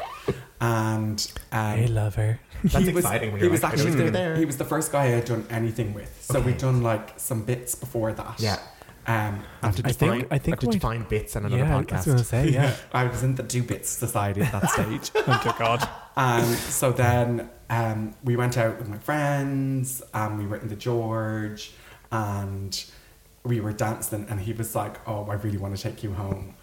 [SPEAKER 3] And um,
[SPEAKER 1] Hey, lover.
[SPEAKER 4] That's
[SPEAKER 3] he was,
[SPEAKER 4] exciting when
[SPEAKER 3] he
[SPEAKER 4] you're
[SPEAKER 3] was
[SPEAKER 4] like,
[SPEAKER 3] actually
[SPEAKER 4] "Hello,
[SPEAKER 3] the,
[SPEAKER 4] there."
[SPEAKER 3] he was the first guy I had done anything with. So
[SPEAKER 4] Okay.
[SPEAKER 3] we'd done like some bits before that.
[SPEAKER 4] Yeah.
[SPEAKER 3] Um,
[SPEAKER 4] I have to
[SPEAKER 1] I
[SPEAKER 4] define, *laughs*
[SPEAKER 1] think- I
[SPEAKER 4] I
[SPEAKER 1] think
[SPEAKER 4] have to
[SPEAKER 1] my-
[SPEAKER 4] define bits on another
[SPEAKER 1] yeah, I was
[SPEAKER 4] podcast.
[SPEAKER 1] going to say,
[SPEAKER 4] *laughs*
[SPEAKER 1] yeah.
[SPEAKER 3] I was in the do bits society at that stage.
[SPEAKER 1] oh, dear *laughs* God.
[SPEAKER 3] Um, so then um, we went out with my friends, and we were in the George, and we were dancing, and he was like, "Oh, I really want to take you home,"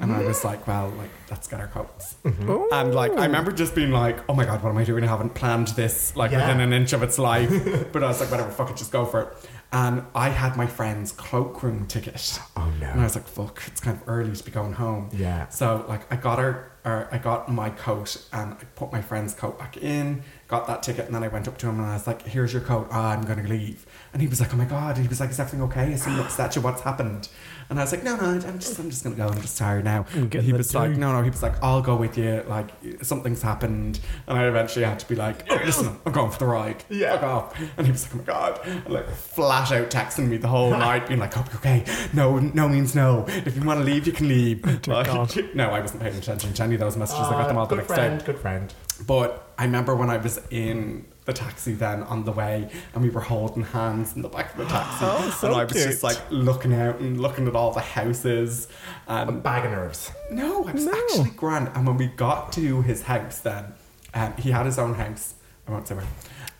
[SPEAKER 3] and I was like, "Well, like let's get our coats."
[SPEAKER 4] Mm-hmm.
[SPEAKER 3] And like I remember just being like, "Oh my god, what am I doing? I haven't planned this like
[SPEAKER 4] Yeah.
[SPEAKER 3] within an inch of its life,"
[SPEAKER 4] *laughs*
[SPEAKER 3] but I was like, "Whatever, fuck it, just go for it." And I had my friend's cloakroom ticket.
[SPEAKER 4] Oh, no.
[SPEAKER 3] And I was like, "Fuck, it's kind of early to be going home."
[SPEAKER 4] Yeah.
[SPEAKER 3] So like I got her, or I got my coat and I put my friend's coat back in, got that ticket, and then I went up to him and I was like, "Here's your coat. Ah, I'm gonna leave." And he was like, "Oh my god!" He was like, "Is everything okay?
[SPEAKER 1] *gasps*
[SPEAKER 3] Is he upset at you? What's happened?" And I was like, "No, no, I'm just, I'm just gonna go. I'm just tired now."
[SPEAKER 1] I'm
[SPEAKER 3] And
[SPEAKER 1] getting
[SPEAKER 3] he
[SPEAKER 1] the
[SPEAKER 3] was like,
[SPEAKER 1] too.
[SPEAKER 3] "No, no." He was like, "I'll go with you. Like something's happened." And I eventually had to be like, "Oh, listen, I'm going for the ride.
[SPEAKER 4] Yeah.
[SPEAKER 3] Fuck off." And he was like, "Oh my god!" And like flat out texting me the
[SPEAKER 4] *laughs*
[SPEAKER 3] whole night, being like, "Oh, okay, no, no means no. If you want to leave, you can leave."
[SPEAKER 4] Oh,
[SPEAKER 3] Like, *laughs* no, I wasn't paying attention to any of those messages. I got them all the
[SPEAKER 4] Ah, good
[SPEAKER 3] next
[SPEAKER 4] friend,
[SPEAKER 3] day.
[SPEAKER 4] good friend.
[SPEAKER 3] But I remember when I was in the taxi then on the way, and we were holding hands in the back of the
[SPEAKER 4] *gasps*
[SPEAKER 3] taxi,
[SPEAKER 4] Oh,
[SPEAKER 1] so
[SPEAKER 3] and I was
[SPEAKER 1] cute.
[SPEAKER 3] just like looking out and looking at all the houses.
[SPEAKER 4] A
[SPEAKER 3] And
[SPEAKER 4] bag of nerves.
[SPEAKER 3] no, I was
[SPEAKER 1] No.
[SPEAKER 3] actually grand. And when we got to his house, then um, he had his own house. I won't say where.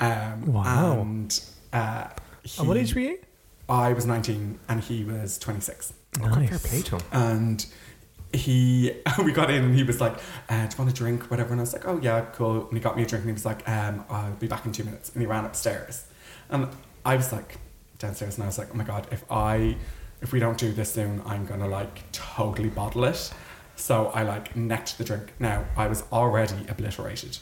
[SPEAKER 3] Um,
[SPEAKER 1] Wow.
[SPEAKER 3] And uh,
[SPEAKER 1] And what
[SPEAKER 3] he-
[SPEAKER 1] age were you?
[SPEAKER 3] I was 19 and he was 26.
[SPEAKER 4] Oh,
[SPEAKER 1] Nice.
[SPEAKER 3] *laughs* And he, *laughs* we got in and he was like, uh, Do you want a drink? Whatever. And I was like, Oh, yeah, cool. And he got me a drink and he was like, um, I'll be back in two minutes. And he ran upstairs. And I was like, downstairs. And I was like, Oh my God, if I, if we don't do this soon, I'm going to like totally bottle it. So I like necked the drink. Now I was already obliterated.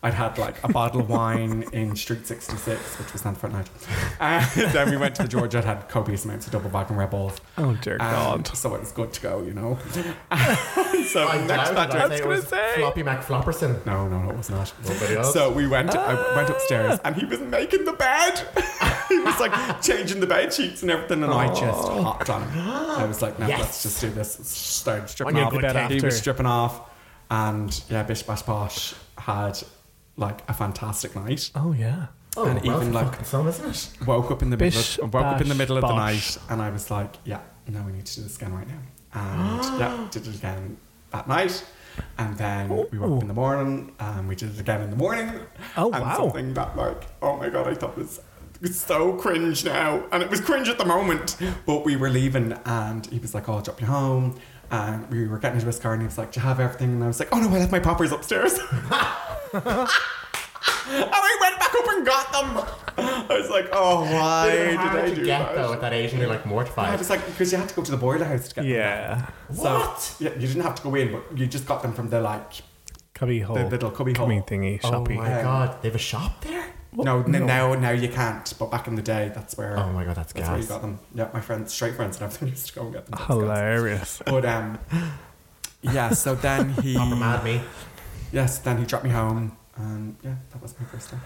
[SPEAKER 3] I'd had like a bottle
[SPEAKER 1] *laughs*
[SPEAKER 3] of wine in Street 66, which was not front night. *laughs* And then we went to the George. I'd had copious amounts of double back and Red Bulls.
[SPEAKER 1] Oh, dear
[SPEAKER 3] Um,
[SPEAKER 1] God.
[SPEAKER 3] so it was good to go, you
[SPEAKER 4] *laughs*
[SPEAKER 3] know. so
[SPEAKER 4] I
[SPEAKER 3] next
[SPEAKER 4] doubted
[SPEAKER 3] time-
[SPEAKER 4] I'd say it was
[SPEAKER 1] gonna say.
[SPEAKER 4] Floppy Mac Flopperson.
[SPEAKER 3] no, no, no, it was not.
[SPEAKER 4] Nobody else?
[SPEAKER 3] So we went. I went upstairs, and he was making the bed. *laughs* he was like changing the bed sheets and everything, and I
[SPEAKER 4] Oh.
[SPEAKER 3] just hopped on him. I was like, "No,
[SPEAKER 4] Yes.
[SPEAKER 3] let's just do this." Started
[SPEAKER 1] On
[SPEAKER 3] stripping
[SPEAKER 1] your
[SPEAKER 3] off.
[SPEAKER 1] good day
[SPEAKER 3] He
[SPEAKER 1] after.
[SPEAKER 3] was stripping off, and yeah, bish bash bosh had like a fantastic night.
[SPEAKER 1] Oh, yeah.
[SPEAKER 4] Oh,
[SPEAKER 3] and
[SPEAKER 4] well,
[SPEAKER 3] even
[SPEAKER 4] it's
[SPEAKER 3] like
[SPEAKER 4] fucking some, isn't it?
[SPEAKER 3] woke up in the middle
[SPEAKER 1] Bish,
[SPEAKER 3] of, woke up in the
[SPEAKER 1] bash,
[SPEAKER 3] middle of the
[SPEAKER 1] bosh.
[SPEAKER 3] night and I was like, yeah, no, we need to do this again right now.
[SPEAKER 1] *gasps*
[SPEAKER 3] And yeah, did it again that night. And then we woke up in the morning and we did it again in the morning.
[SPEAKER 1] Oh,
[SPEAKER 3] and
[SPEAKER 1] wow.
[SPEAKER 3] Something that like, oh my god, I thought was was so cringe now. And it was cringe at the moment. But we were leaving and he was like, Oh, I'll drop you home. And we were getting into his car and he was like, Do you have everything? And I was like, Oh no, I left my poppers upstairs. *laughs* And I went back up and got them. I was like, oh, why
[SPEAKER 4] They're
[SPEAKER 3] did
[SPEAKER 4] hard
[SPEAKER 3] I
[SPEAKER 4] to
[SPEAKER 3] do
[SPEAKER 4] get
[SPEAKER 3] that?
[SPEAKER 4] though at that age, and you're like
[SPEAKER 3] I
[SPEAKER 4] mortified.
[SPEAKER 3] was like, because you had to go to the boiler house to get
[SPEAKER 1] Yeah.
[SPEAKER 3] them. So,
[SPEAKER 4] What?
[SPEAKER 3] Yeah, you didn't have to go in, but you just got them from the like
[SPEAKER 1] Cubby hole.
[SPEAKER 3] the little cubby hole.
[SPEAKER 1] Coming thingy,
[SPEAKER 4] oh
[SPEAKER 1] shoppy.
[SPEAKER 4] my
[SPEAKER 3] Um,
[SPEAKER 4] god, they have a shop there.
[SPEAKER 3] No, n- now now you can't. But back in the day, that's where.
[SPEAKER 4] Oh my God, that's
[SPEAKER 3] that's where you
[SPEAKER 4] gas.
[SPEAKER 3] got them. Yeah, my friends, straight friends, and everything *laughs* used to go and get them. That's gas.
[SPEAKER 1] Hilarious.
[SPEAKER 3] But um, yeah. So then
[SPEAKER 4] *laughs*
[SPEAKER 3] he.
[SPEAKER 4] Proper mad me.
[SPEAKER 3] Yes, then he dropped me home, and yeah, that was my first time.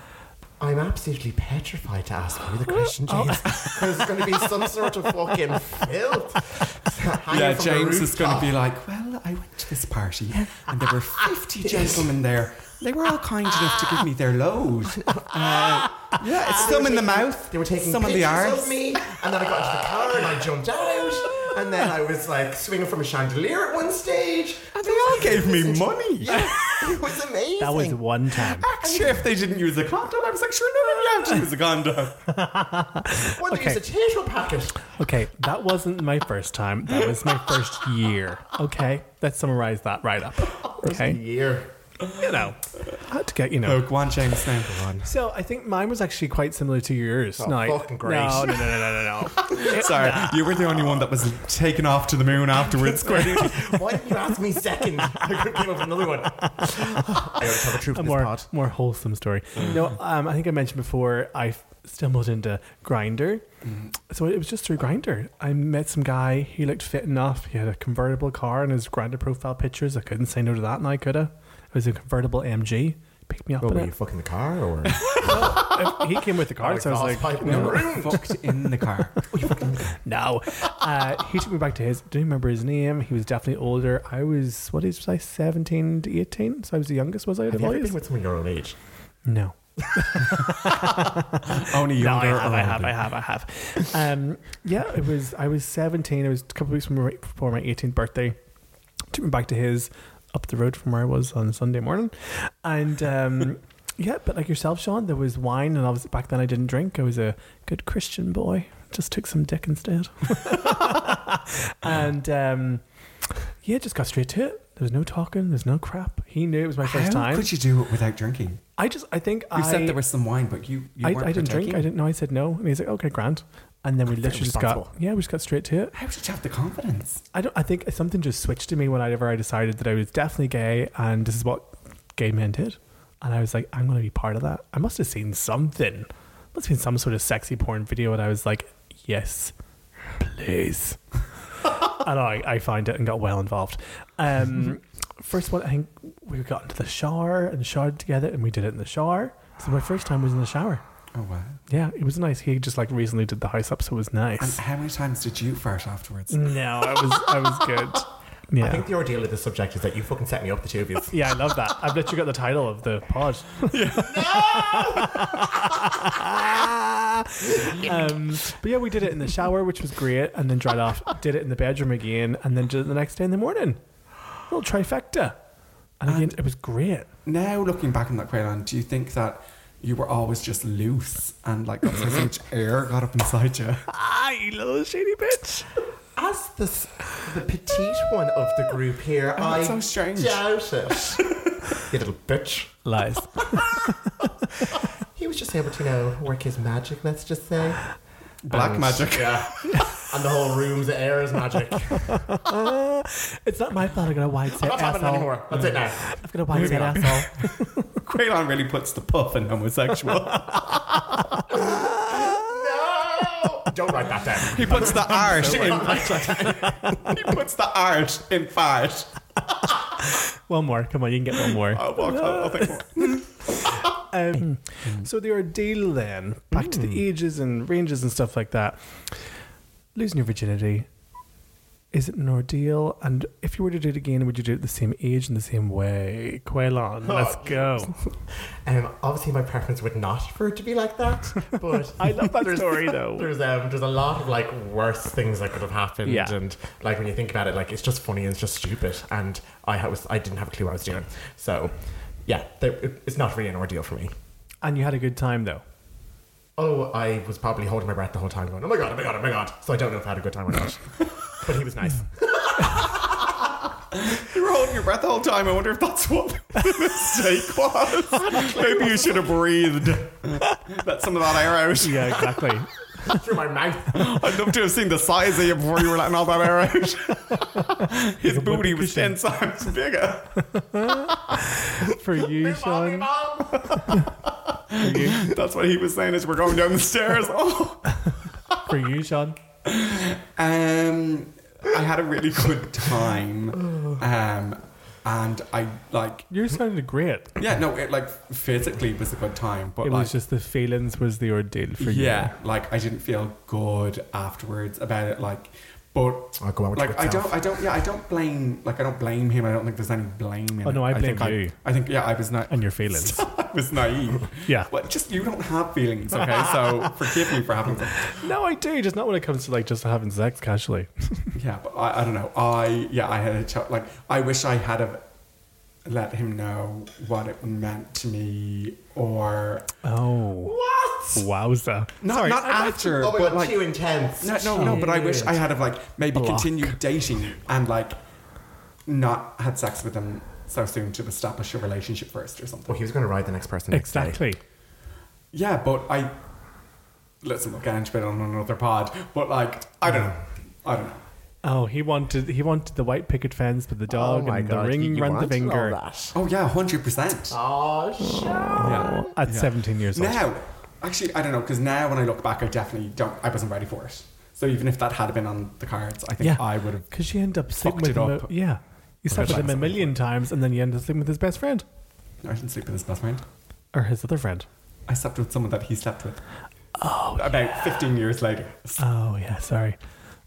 [SPEAKER 4] I'm absolutely petrified to ask
[SPEAKER 1] *gasps*
[SPEAKER 4] you the
[SPEAKER 1] Oh.
[SPEAKER 4] question,
[SPEAKER 1] *laughs*
[SPEAKER 4] James. There's going to be some sort of
[SPEAKER 3] *laughs*
[SPEAKER 4] fucking filth. hanging
[SPEAKER 3] yeah,
[SPEAKER 4] from the
[SPEAKER 3] James is going to
[SPEAKER 4] rooftop.
[SPEAKER 3] be like, well, I went to this party, and there were
[SPEAKER 4] *laughs*
[SPEAKER 3] fifty gentlemen there. They were all kind enough to give me their
[SPEAKER 4] *laughs*
[SPEAKER 3] load. Uh, yeah, it's some in the mouth.
[SPEAKER 4] They were taking
[SPEAKER 3] some in
[SPEAKER 4] pictures
[SPEAKER 3] the
[SPEAKER 4] of
[SPEAKER 3] arse.
[SPEAKER 4] me, and then I got into the car and I jumped out, and then I was like swinging from a chandelier at one stage.
[SPEAKER 3] And they
[SPEAKER 4] *laughs*
[SPEAKER 3] all gave me money. *laughs*
[SPEAKER 4] It was amazing.
[SPEAKER 1] That was one
[SPEAKER 4] *laughs*
[SPEAKER 1] time.
[SPEAKER 3] Actually, if they didn't use a condom, I was like, sure, no, no, no, use a condom.
[SPEAKER 4] *laughs* What
[SPEAKER 1] Okay.
[SPEAKER 4] okay. a tissue packet?
[SPEAKER 1] Okay, that wasn't my first time. That was my first year. Okay, let's summarize that right up. Okay,
[SPEAKER 4] Year.
[SPEAKER 1] you know, I had to get you know.
[SPEAKER 3] Oh, go on, James, now. Go on.
[SPEAKER 1] So I think mine was actually quite similar to yours.
[SPEAKER 4] Oh,
[SPEAKER 1] no,
[SPEAKER 4] fucking great.
[SPEAKER 1] No, no, no,
[SPEAKER 4] *laughs*
[SPEAKER 1] no, no, no.
[SPEAKER 3] *laughs* Sorry, you were the only one that was taken off to the
[SPEAKER 4] *laughs*
[SPEAKER 3] moon afterwards. Gwen. *laughs*
[SPEAKER 4] Why didn't you ask me second? I could have came up with another one. I always tell the truth
[SPEAKER 1] a
[SPEAKER 4] in this Mm.
[SPEAKER 1] more
[SPEAKER 4] pod.
[SPEAKER 1] more wholesome story. No, um, I think I mentioned before I f- stumbled into Grinder.
[SPEAKER 4] Mm-hmm.
[SPEAKER 1] So it was just through Grinder. I met some guy. He looked fit enough. He had a convertible car and his Grinder profile pictures. I couldn't say no to that, and I coulda. It was a convertible MG. Picked me up.
[SPEAKER 4] What,
[SPEAKER 1] in
[SPEAKER 4] were
[SPEAKER 1] it.
[SPEAKER 4] you fucking the car or?
[SPEAKER 1] *laughs* he came with the
[SPEAKER 4] Oh
[SPEAKER 1] car, so I was like,
[SPEAKER 3] fucked in the
[SPEAKER 4] *laughs*
[SPEAKER 3] car.
[SPEAKER 1] no. Uh, he took me back to his. Didn't remember his name. He was definitely older. I was what age was I? Seventeen to eighteen. So I was the youngest. Was I? Out
[SPEAKER 4] have
[SPEAKER 1] of
[SPEAKER 4] you
[SPEAKER 1] all
[SPEAKER 4] ever
[SPEAKER 1] you?
[SPEAKER 4] been with someone your own age?
[SPEAKER 1] No.
[SPEAKER 3] Only younger.
[SPEAKER 1] No, I have,
[SPEAKER 3] or
[SPEAKER 1] I have,
[SPEAKER 3] older.
[SPEAKER 1] I have, I have, Um, yeah, it was. I was seventeen. It was a couple weeks from my- before my eighteenth birthday. Took me back to his up the road from where I was on Sunday morning, and
[SPEAKER 3] *laughs*
[SPEAKER 1] um, yeah, but like yourself, Sean, there was wine, and obviously back then I didn't drink. I was a good Christian boy. Just took some dick
[SPEAKER 3] *laughs*
[SPEAKER 1] instead, and um, yeah, just got straight to it. There was no talking. There's no crap. He knew it was my first
[SPEAKER 3] How
[SPEAKER 1] time.
[SPEAKER 3] could you do it without drinking? You
[SPEAKER 1] I just, I think I
[SPEAKER 3] said there was some wine, but you, you
[SPEAKER 1] I, I
[SPEAKER 3] weren't
[SPEAKER 1] didn't
[SPEAKER 3] partaking.
[SPEAKER 1] drink. I didn't know. I said no, and he's like, "Okay, Grant." And then we
[SPEAKER 4] Very
[SPEAKER 1] literally just got
[SPEAKER 4] responsible.
[SPEAKER 1] yeah, we just got straight to it.
[SPEAKER 3] How did you have the confidence?
[SPEAKER 1] I don't. I think something just switched to me whenever I decided that I was definitely gay, and this is what gay men did. And I was like, I'm going to be part of that. I must have seen something. Must have been some sort of sexy porn video, and I was like, yes, *laughs* please. and I, I found it and got well involved. Um, first one, I think we got into the shower and showered together, and we did it in the shower. So my first time was in the shower.
[SPEAKER 3] Oh wow!
[SPEAKER 1] Yeah, it was nice. He just like recently did the house up, so it was *laughs*
[SPEAKER 3] And
[SPEAKER 1] nice.
[SPEAKER 3] how many times did you fart afterwards?
[SPEAKER 1] No, I was I was *laughs* good.
[SPEAKER 4] I
[SPEAKER 1] Yeah.
[SPEAKER 4] think the ordeal of this subject is that you fucking set me up, the
[SPEAKER 3] *laughs*
[SPEAKER 4] two of you.
[SPEAKER 1] Yeah, I love that. I've literally got the title of the *laughs* pod. um, but yeah, we did it in the shower, which was great, and then dried off. Did it in the bedroom again, and then did it the next day in the morning. Little trifecta, and, again, it was great.
[SPEAKER 3] Now looking back on that Quaylan, do you think that you were always just loose and like got so
[SPEAKER 1] *laughs*
[SPEAKER 3] much air got up inside you?
[SPEAKER 1] Ah, you little shady bitch.
[SPEAKER 4] As the, s- the petite one of the group here,
[SPEAKER 3] Oh,
[SPEAKER 4] I
[SPEAKER 3] that's so strange. *laughs*
[SPEAKER 4] doubt it. you little bitch.
[SPEAKER 1] Lies.
[SPEAKER 4] He was just able to, you know, work his magic, let's just say.
[SPEAKER 3] Black
[SPEAKER 4] And-
[SPEAKER 3] magic. *laughs*
[SPEAKER 4] Yeah. and the whole room's air is magic. I'm
[SPEAKER 1] *laughs* It's not my fault. I got a wide set
[SPEAKER 4] not having it
[SPEAKER 1] asshole.
[SPEAKER 4] anymore. That's it now.
[SPEAKER 1] I've got a wide set
[SPEAKER 4] on.
[SPEAKER 1] asshole.
[SPEAKER 3] Quaylan really puts the puff in *laughs* homosexual.
[SPEAKER 4] No! Don't write that
[SPEAKER 3] *laughs*
[SPEAKER 4] down.
[SPEAKER 3] he puts the art in. *laughs* he puts the art in fart.
[SPEAKER 1] *laughs* One more. Come on, you can get one *laughs* more.
[SPEAKER 3] I'll walk. I'll, I'll think more.
[SPEAKER 1] Um, so the ordeal then, back to the ages and ranges and stuff like that. Losing your virginity, is it an ordeal? And if you were to do it again, would you do it the same age and the same way? Quailon, let's go.
[SPEAKER 4] Um, obviously, my preference would not for it to be like that, but
[SPEAKER 1] *laughs* I love that story though.
[SPEAKER 4] there's um, there's a lot of like worse things that could have happened,
[SPEAKER 1] Yeah.
[SPEAKER 4] and like when you think about it, like it's just funny and it's just stupid, and I ha- was I didn't have a clue what I was doing, so yeah, there, it, it's not really an ordeal for me.
[SPEAKER 1] And you had a good time though.
[SPEAKER 4] Oh, I was probably holding my breath the whole time, going, "Oh my god, oh my god, oh my god!" So I don't know if I had a good time
[SPEAKER 1] *laughs*
[SPEAKER 4] or not, but he was nice.
[SPEAKER 3] You were holding your breath the whole time. I wonder if that's what *laughs* the mistake was. Maybe you should have breathed. Let some of that air out.
[SPEAKER 1] Yeah, exactly.
[SPEAKER 4] Through
[SPEAKER 1] *laughs*
[SPEAKER 4] my mouth.
[SPEAKER 3] *laughs* I'd love to have seen the size of you before you were letting all that air out.
[SPEAKER 1] *laughs*
[SPEAKER 3] His booty was
[SPEAKER 1] cushion.
[SPEAKER 3] 10 times bigger.
[SPEAKER 1] *laughs* For you, Sean.
[SPEAKER 4] Mommy, mom.
[SPEAKER 3] That's what he was saying as we're going down the stairs. *laughs* Oh.
[SPEAKER 1] For you, Sean.
[SPEAKER 3] Um, I had a really good time. Um, and I like,
[SPEAKER 1] You sounded great.
[SPEAKER 3] yeah, no, it like physically was a good time, but
[SPEAKER 1] It
[SPEAKER 3] like,
[SPEAKER 1] was just the feelings was the ordeal for you.
[SPEAKER 3] yeah, like I didn't feel good afterwards about it. Like, but
[SPEAKER 4] I'll go out with
[SPEAKER 3] like I
[SPEAKER 4] yourself.
[SPEAKER 3] don't, I don't, yeah, I don't blame, like I don't blame him. I don't think there's any blame in
[SPEAKER 1] Oh,
[SPEAKER 3] it.
[SPEAKER 1] no, I blame
[SPEAKER 3] think
[SPEAKER 1] you.
[SPEAKER 3] I, think yeah, I was not.
[SPEAKER 1] And your feelings.
[SPEAKER 3] *laughs* I was naive.
[SPEAKER 1] *laughs* Yeah.
[SPEAKER 3] Well, just you don't have
[SPEAKER 1] *laughs*
[SPEAKER 3] feelings, okay? So forgive me for having them.
[SPEAKER 1] No, I do. Just not when it comes to like just having sex casually. *laughs*
[SPEAKER 3] Yeah, but I, I don't know. I yeah, I had a chat. Like I wish I had have let him know what it meant to me, or
[SPEAKER 1] Oh.
[SPEAKER 3] what?
[SPEAKER 1] Wowza.
[SPEAKER 3] Not not after,
[SPEAKER 4] Oh my
[SPEAKER 3] but
[SPEAKER 4] god,
[SPEAKER 3] like
[SPEAKER 4] too intense.
[SPEAKER 3] no, no, no. But I wish I had have like maybe
[SPEAKER 1] Block.
[SPEAKER 3] continued dating and like not had sex with him so soon to establish a relationship first or something.
[SPEAKER 4] Well, he was going to ride the next person. Next Day.
[SPEAKER 1] *laughs* Exactly.
[SPEAKER 3] Yeah, but I listen. We'll get into it on another pod. But like, I don't know. I don't know.
[SPEAKER 1] Oh, he wanted he wanted the white picket fence with the dog
[SPEAKER 4] my
[SPEAKER 1] and
[SPEAKER 4] God,
[SPEAKER 1] the ring
[SPEAKER 4] you
[SPEAKER 1] round the
[SPEAKER 4] wanted all
[SPEAKER 1] finger
[SPEAKER 4] that.
[SPEAKER 3] Oh yeah, hundred percent.
[SPEAKER 4] Oh, shit.
[SPEAKER 3] Yeah.
[SPEAKER 1] at 17 years old.
[SPEAKER 3] Now, actually, I don't know because now when I look back, I definitely don't. I wasn't ready for it. So even if that had been on the cards, I think
[SPEAKER 1] Yeah.
[SPEAKER 3] I would have.
[SPEAKER 1] Because you end up sleeping
[SPEAKER 3] Fucked
[SPEAKER 1] with
[SPEAKER 3] it
[SPEAKER 1] him.
[SPEAKER 3] up.
[SPEAKER 1] a- Yeah. You slept with
[SPEAKER 3] Sometimes
[SPEAKER 1] him a million times and then you end up sleeping with his best friend
[SPEAKER 3] No, I didn't sleep with his best friend.
[SPEAKER 1] or his other friend.
[SPEAKER 3] I slept with someone that he slept with. Oh, about fifteen years later. What
[SPEAKER 1] Oh, yeah. Sorry.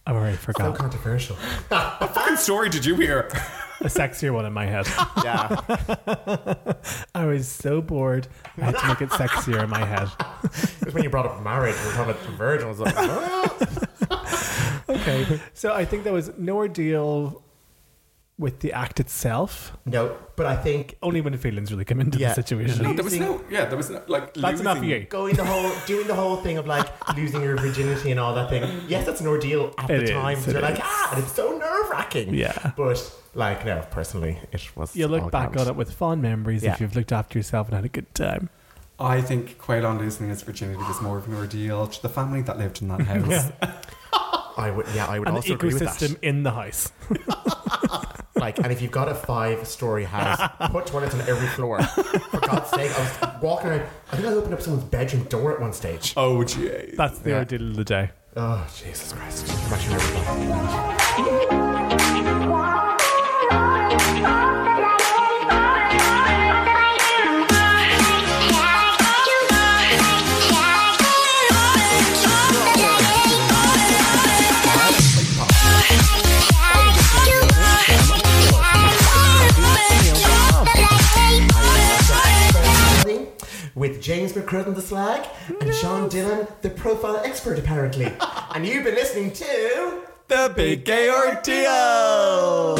[SPEAKER 1] I *laughs* already
[SPEAKER 4] So
[SPEAKER 1] forgot.
[SPEAKER 4] controversial.
[SPEAKER 3] fucking story did you
[SPEAKER 1] *laughs*
[SPEAKER 3] hear?
[SPEAKER 1] a sexier one in my *laughs* head.
[SPEAKER 4] Yeah.
[SPEAKER 1] I was so bored. I had to make it sexier in my head.
[SPEAKER 4] It was when you brought up marriage. We were talking about Virgil. I was like, "Ah."
[SPEAKER 1] *laughs* Okay. So I think there was no ordeal with the act itself,
[SPEAKER 4] no, but I think
[SPEAKER 1] only when feelings really come into
[SPEAKER 4] Yeah.
[SPEAKER 1] the situation.
[SPEAKER 3] No, there was no. Yeah, there was no like.
[SPEAKER 1] That's enough for
[SPEAKER 3] losing-
[SPEAKER 1] you.
[SPEAKER 4] going the whole doing the whole thing of like losing your virginity and all that thing. Yes, that's an ordeal at
[SPEAKER 1] It
[SPEAKER 4] the
[SPEAKER 1] is,
[SPEAKER 4] time. 'cause
[SPEAKER 1] it
[SPEAKER 4] You're like,
[SPEAKER 1] is.
[SPEAKER 4] ah, and it's so nerve wracking.
[SPEAKER 1] Yeah.
[SPEAKER 4] But like, no, personally, it was.
[SPEAKER 1] You
[SPEAKER 4] all
[SPEAKER 1] look back
[SPEAKER 4] grand.
[SPEAKER 1] on it with fond memories
[SPEAKER 4] Yeah.
[SPEAKER 1] if you've looked after yourself and had a good time.
[SPEAKER 3] I think Quaylon losing his virginity was more of an ordeal to the family that
[SPEAKER 1] *laughs*
[SPEAKER 3] lived in that house.
[SPEAKER 4] I would, yeah, I would
[SPEAKER 1] An
[SPEAKER 4] also agree with
[SPEAKER 1] ecosystem
[SPEAKER 4] that.
[SPEAKER 1] in the house.
[SPEAKER 4] Like, and if you've got a
[SPEAKER 1] *laughs*
[SPEAKER 4] five-story house, put toilets on every floor. For God's sake, I was walking around. I think I opened up someone's bedroom door at one stage.
[SPEAKER 3] Oh jeez.
[SPEAKER 1] That's the
[SPEAKER 4] Yeah.
[SPEAKER 1] ordeal of the day.
[SPEAKER 4] Oh, Jesus Christ! Imagine everything. Friday with James McCrudden the Slag and Sean Dillon, the profile expert, apparently. and you've been listening to
[SPEAKER 3] The big gay ordeal.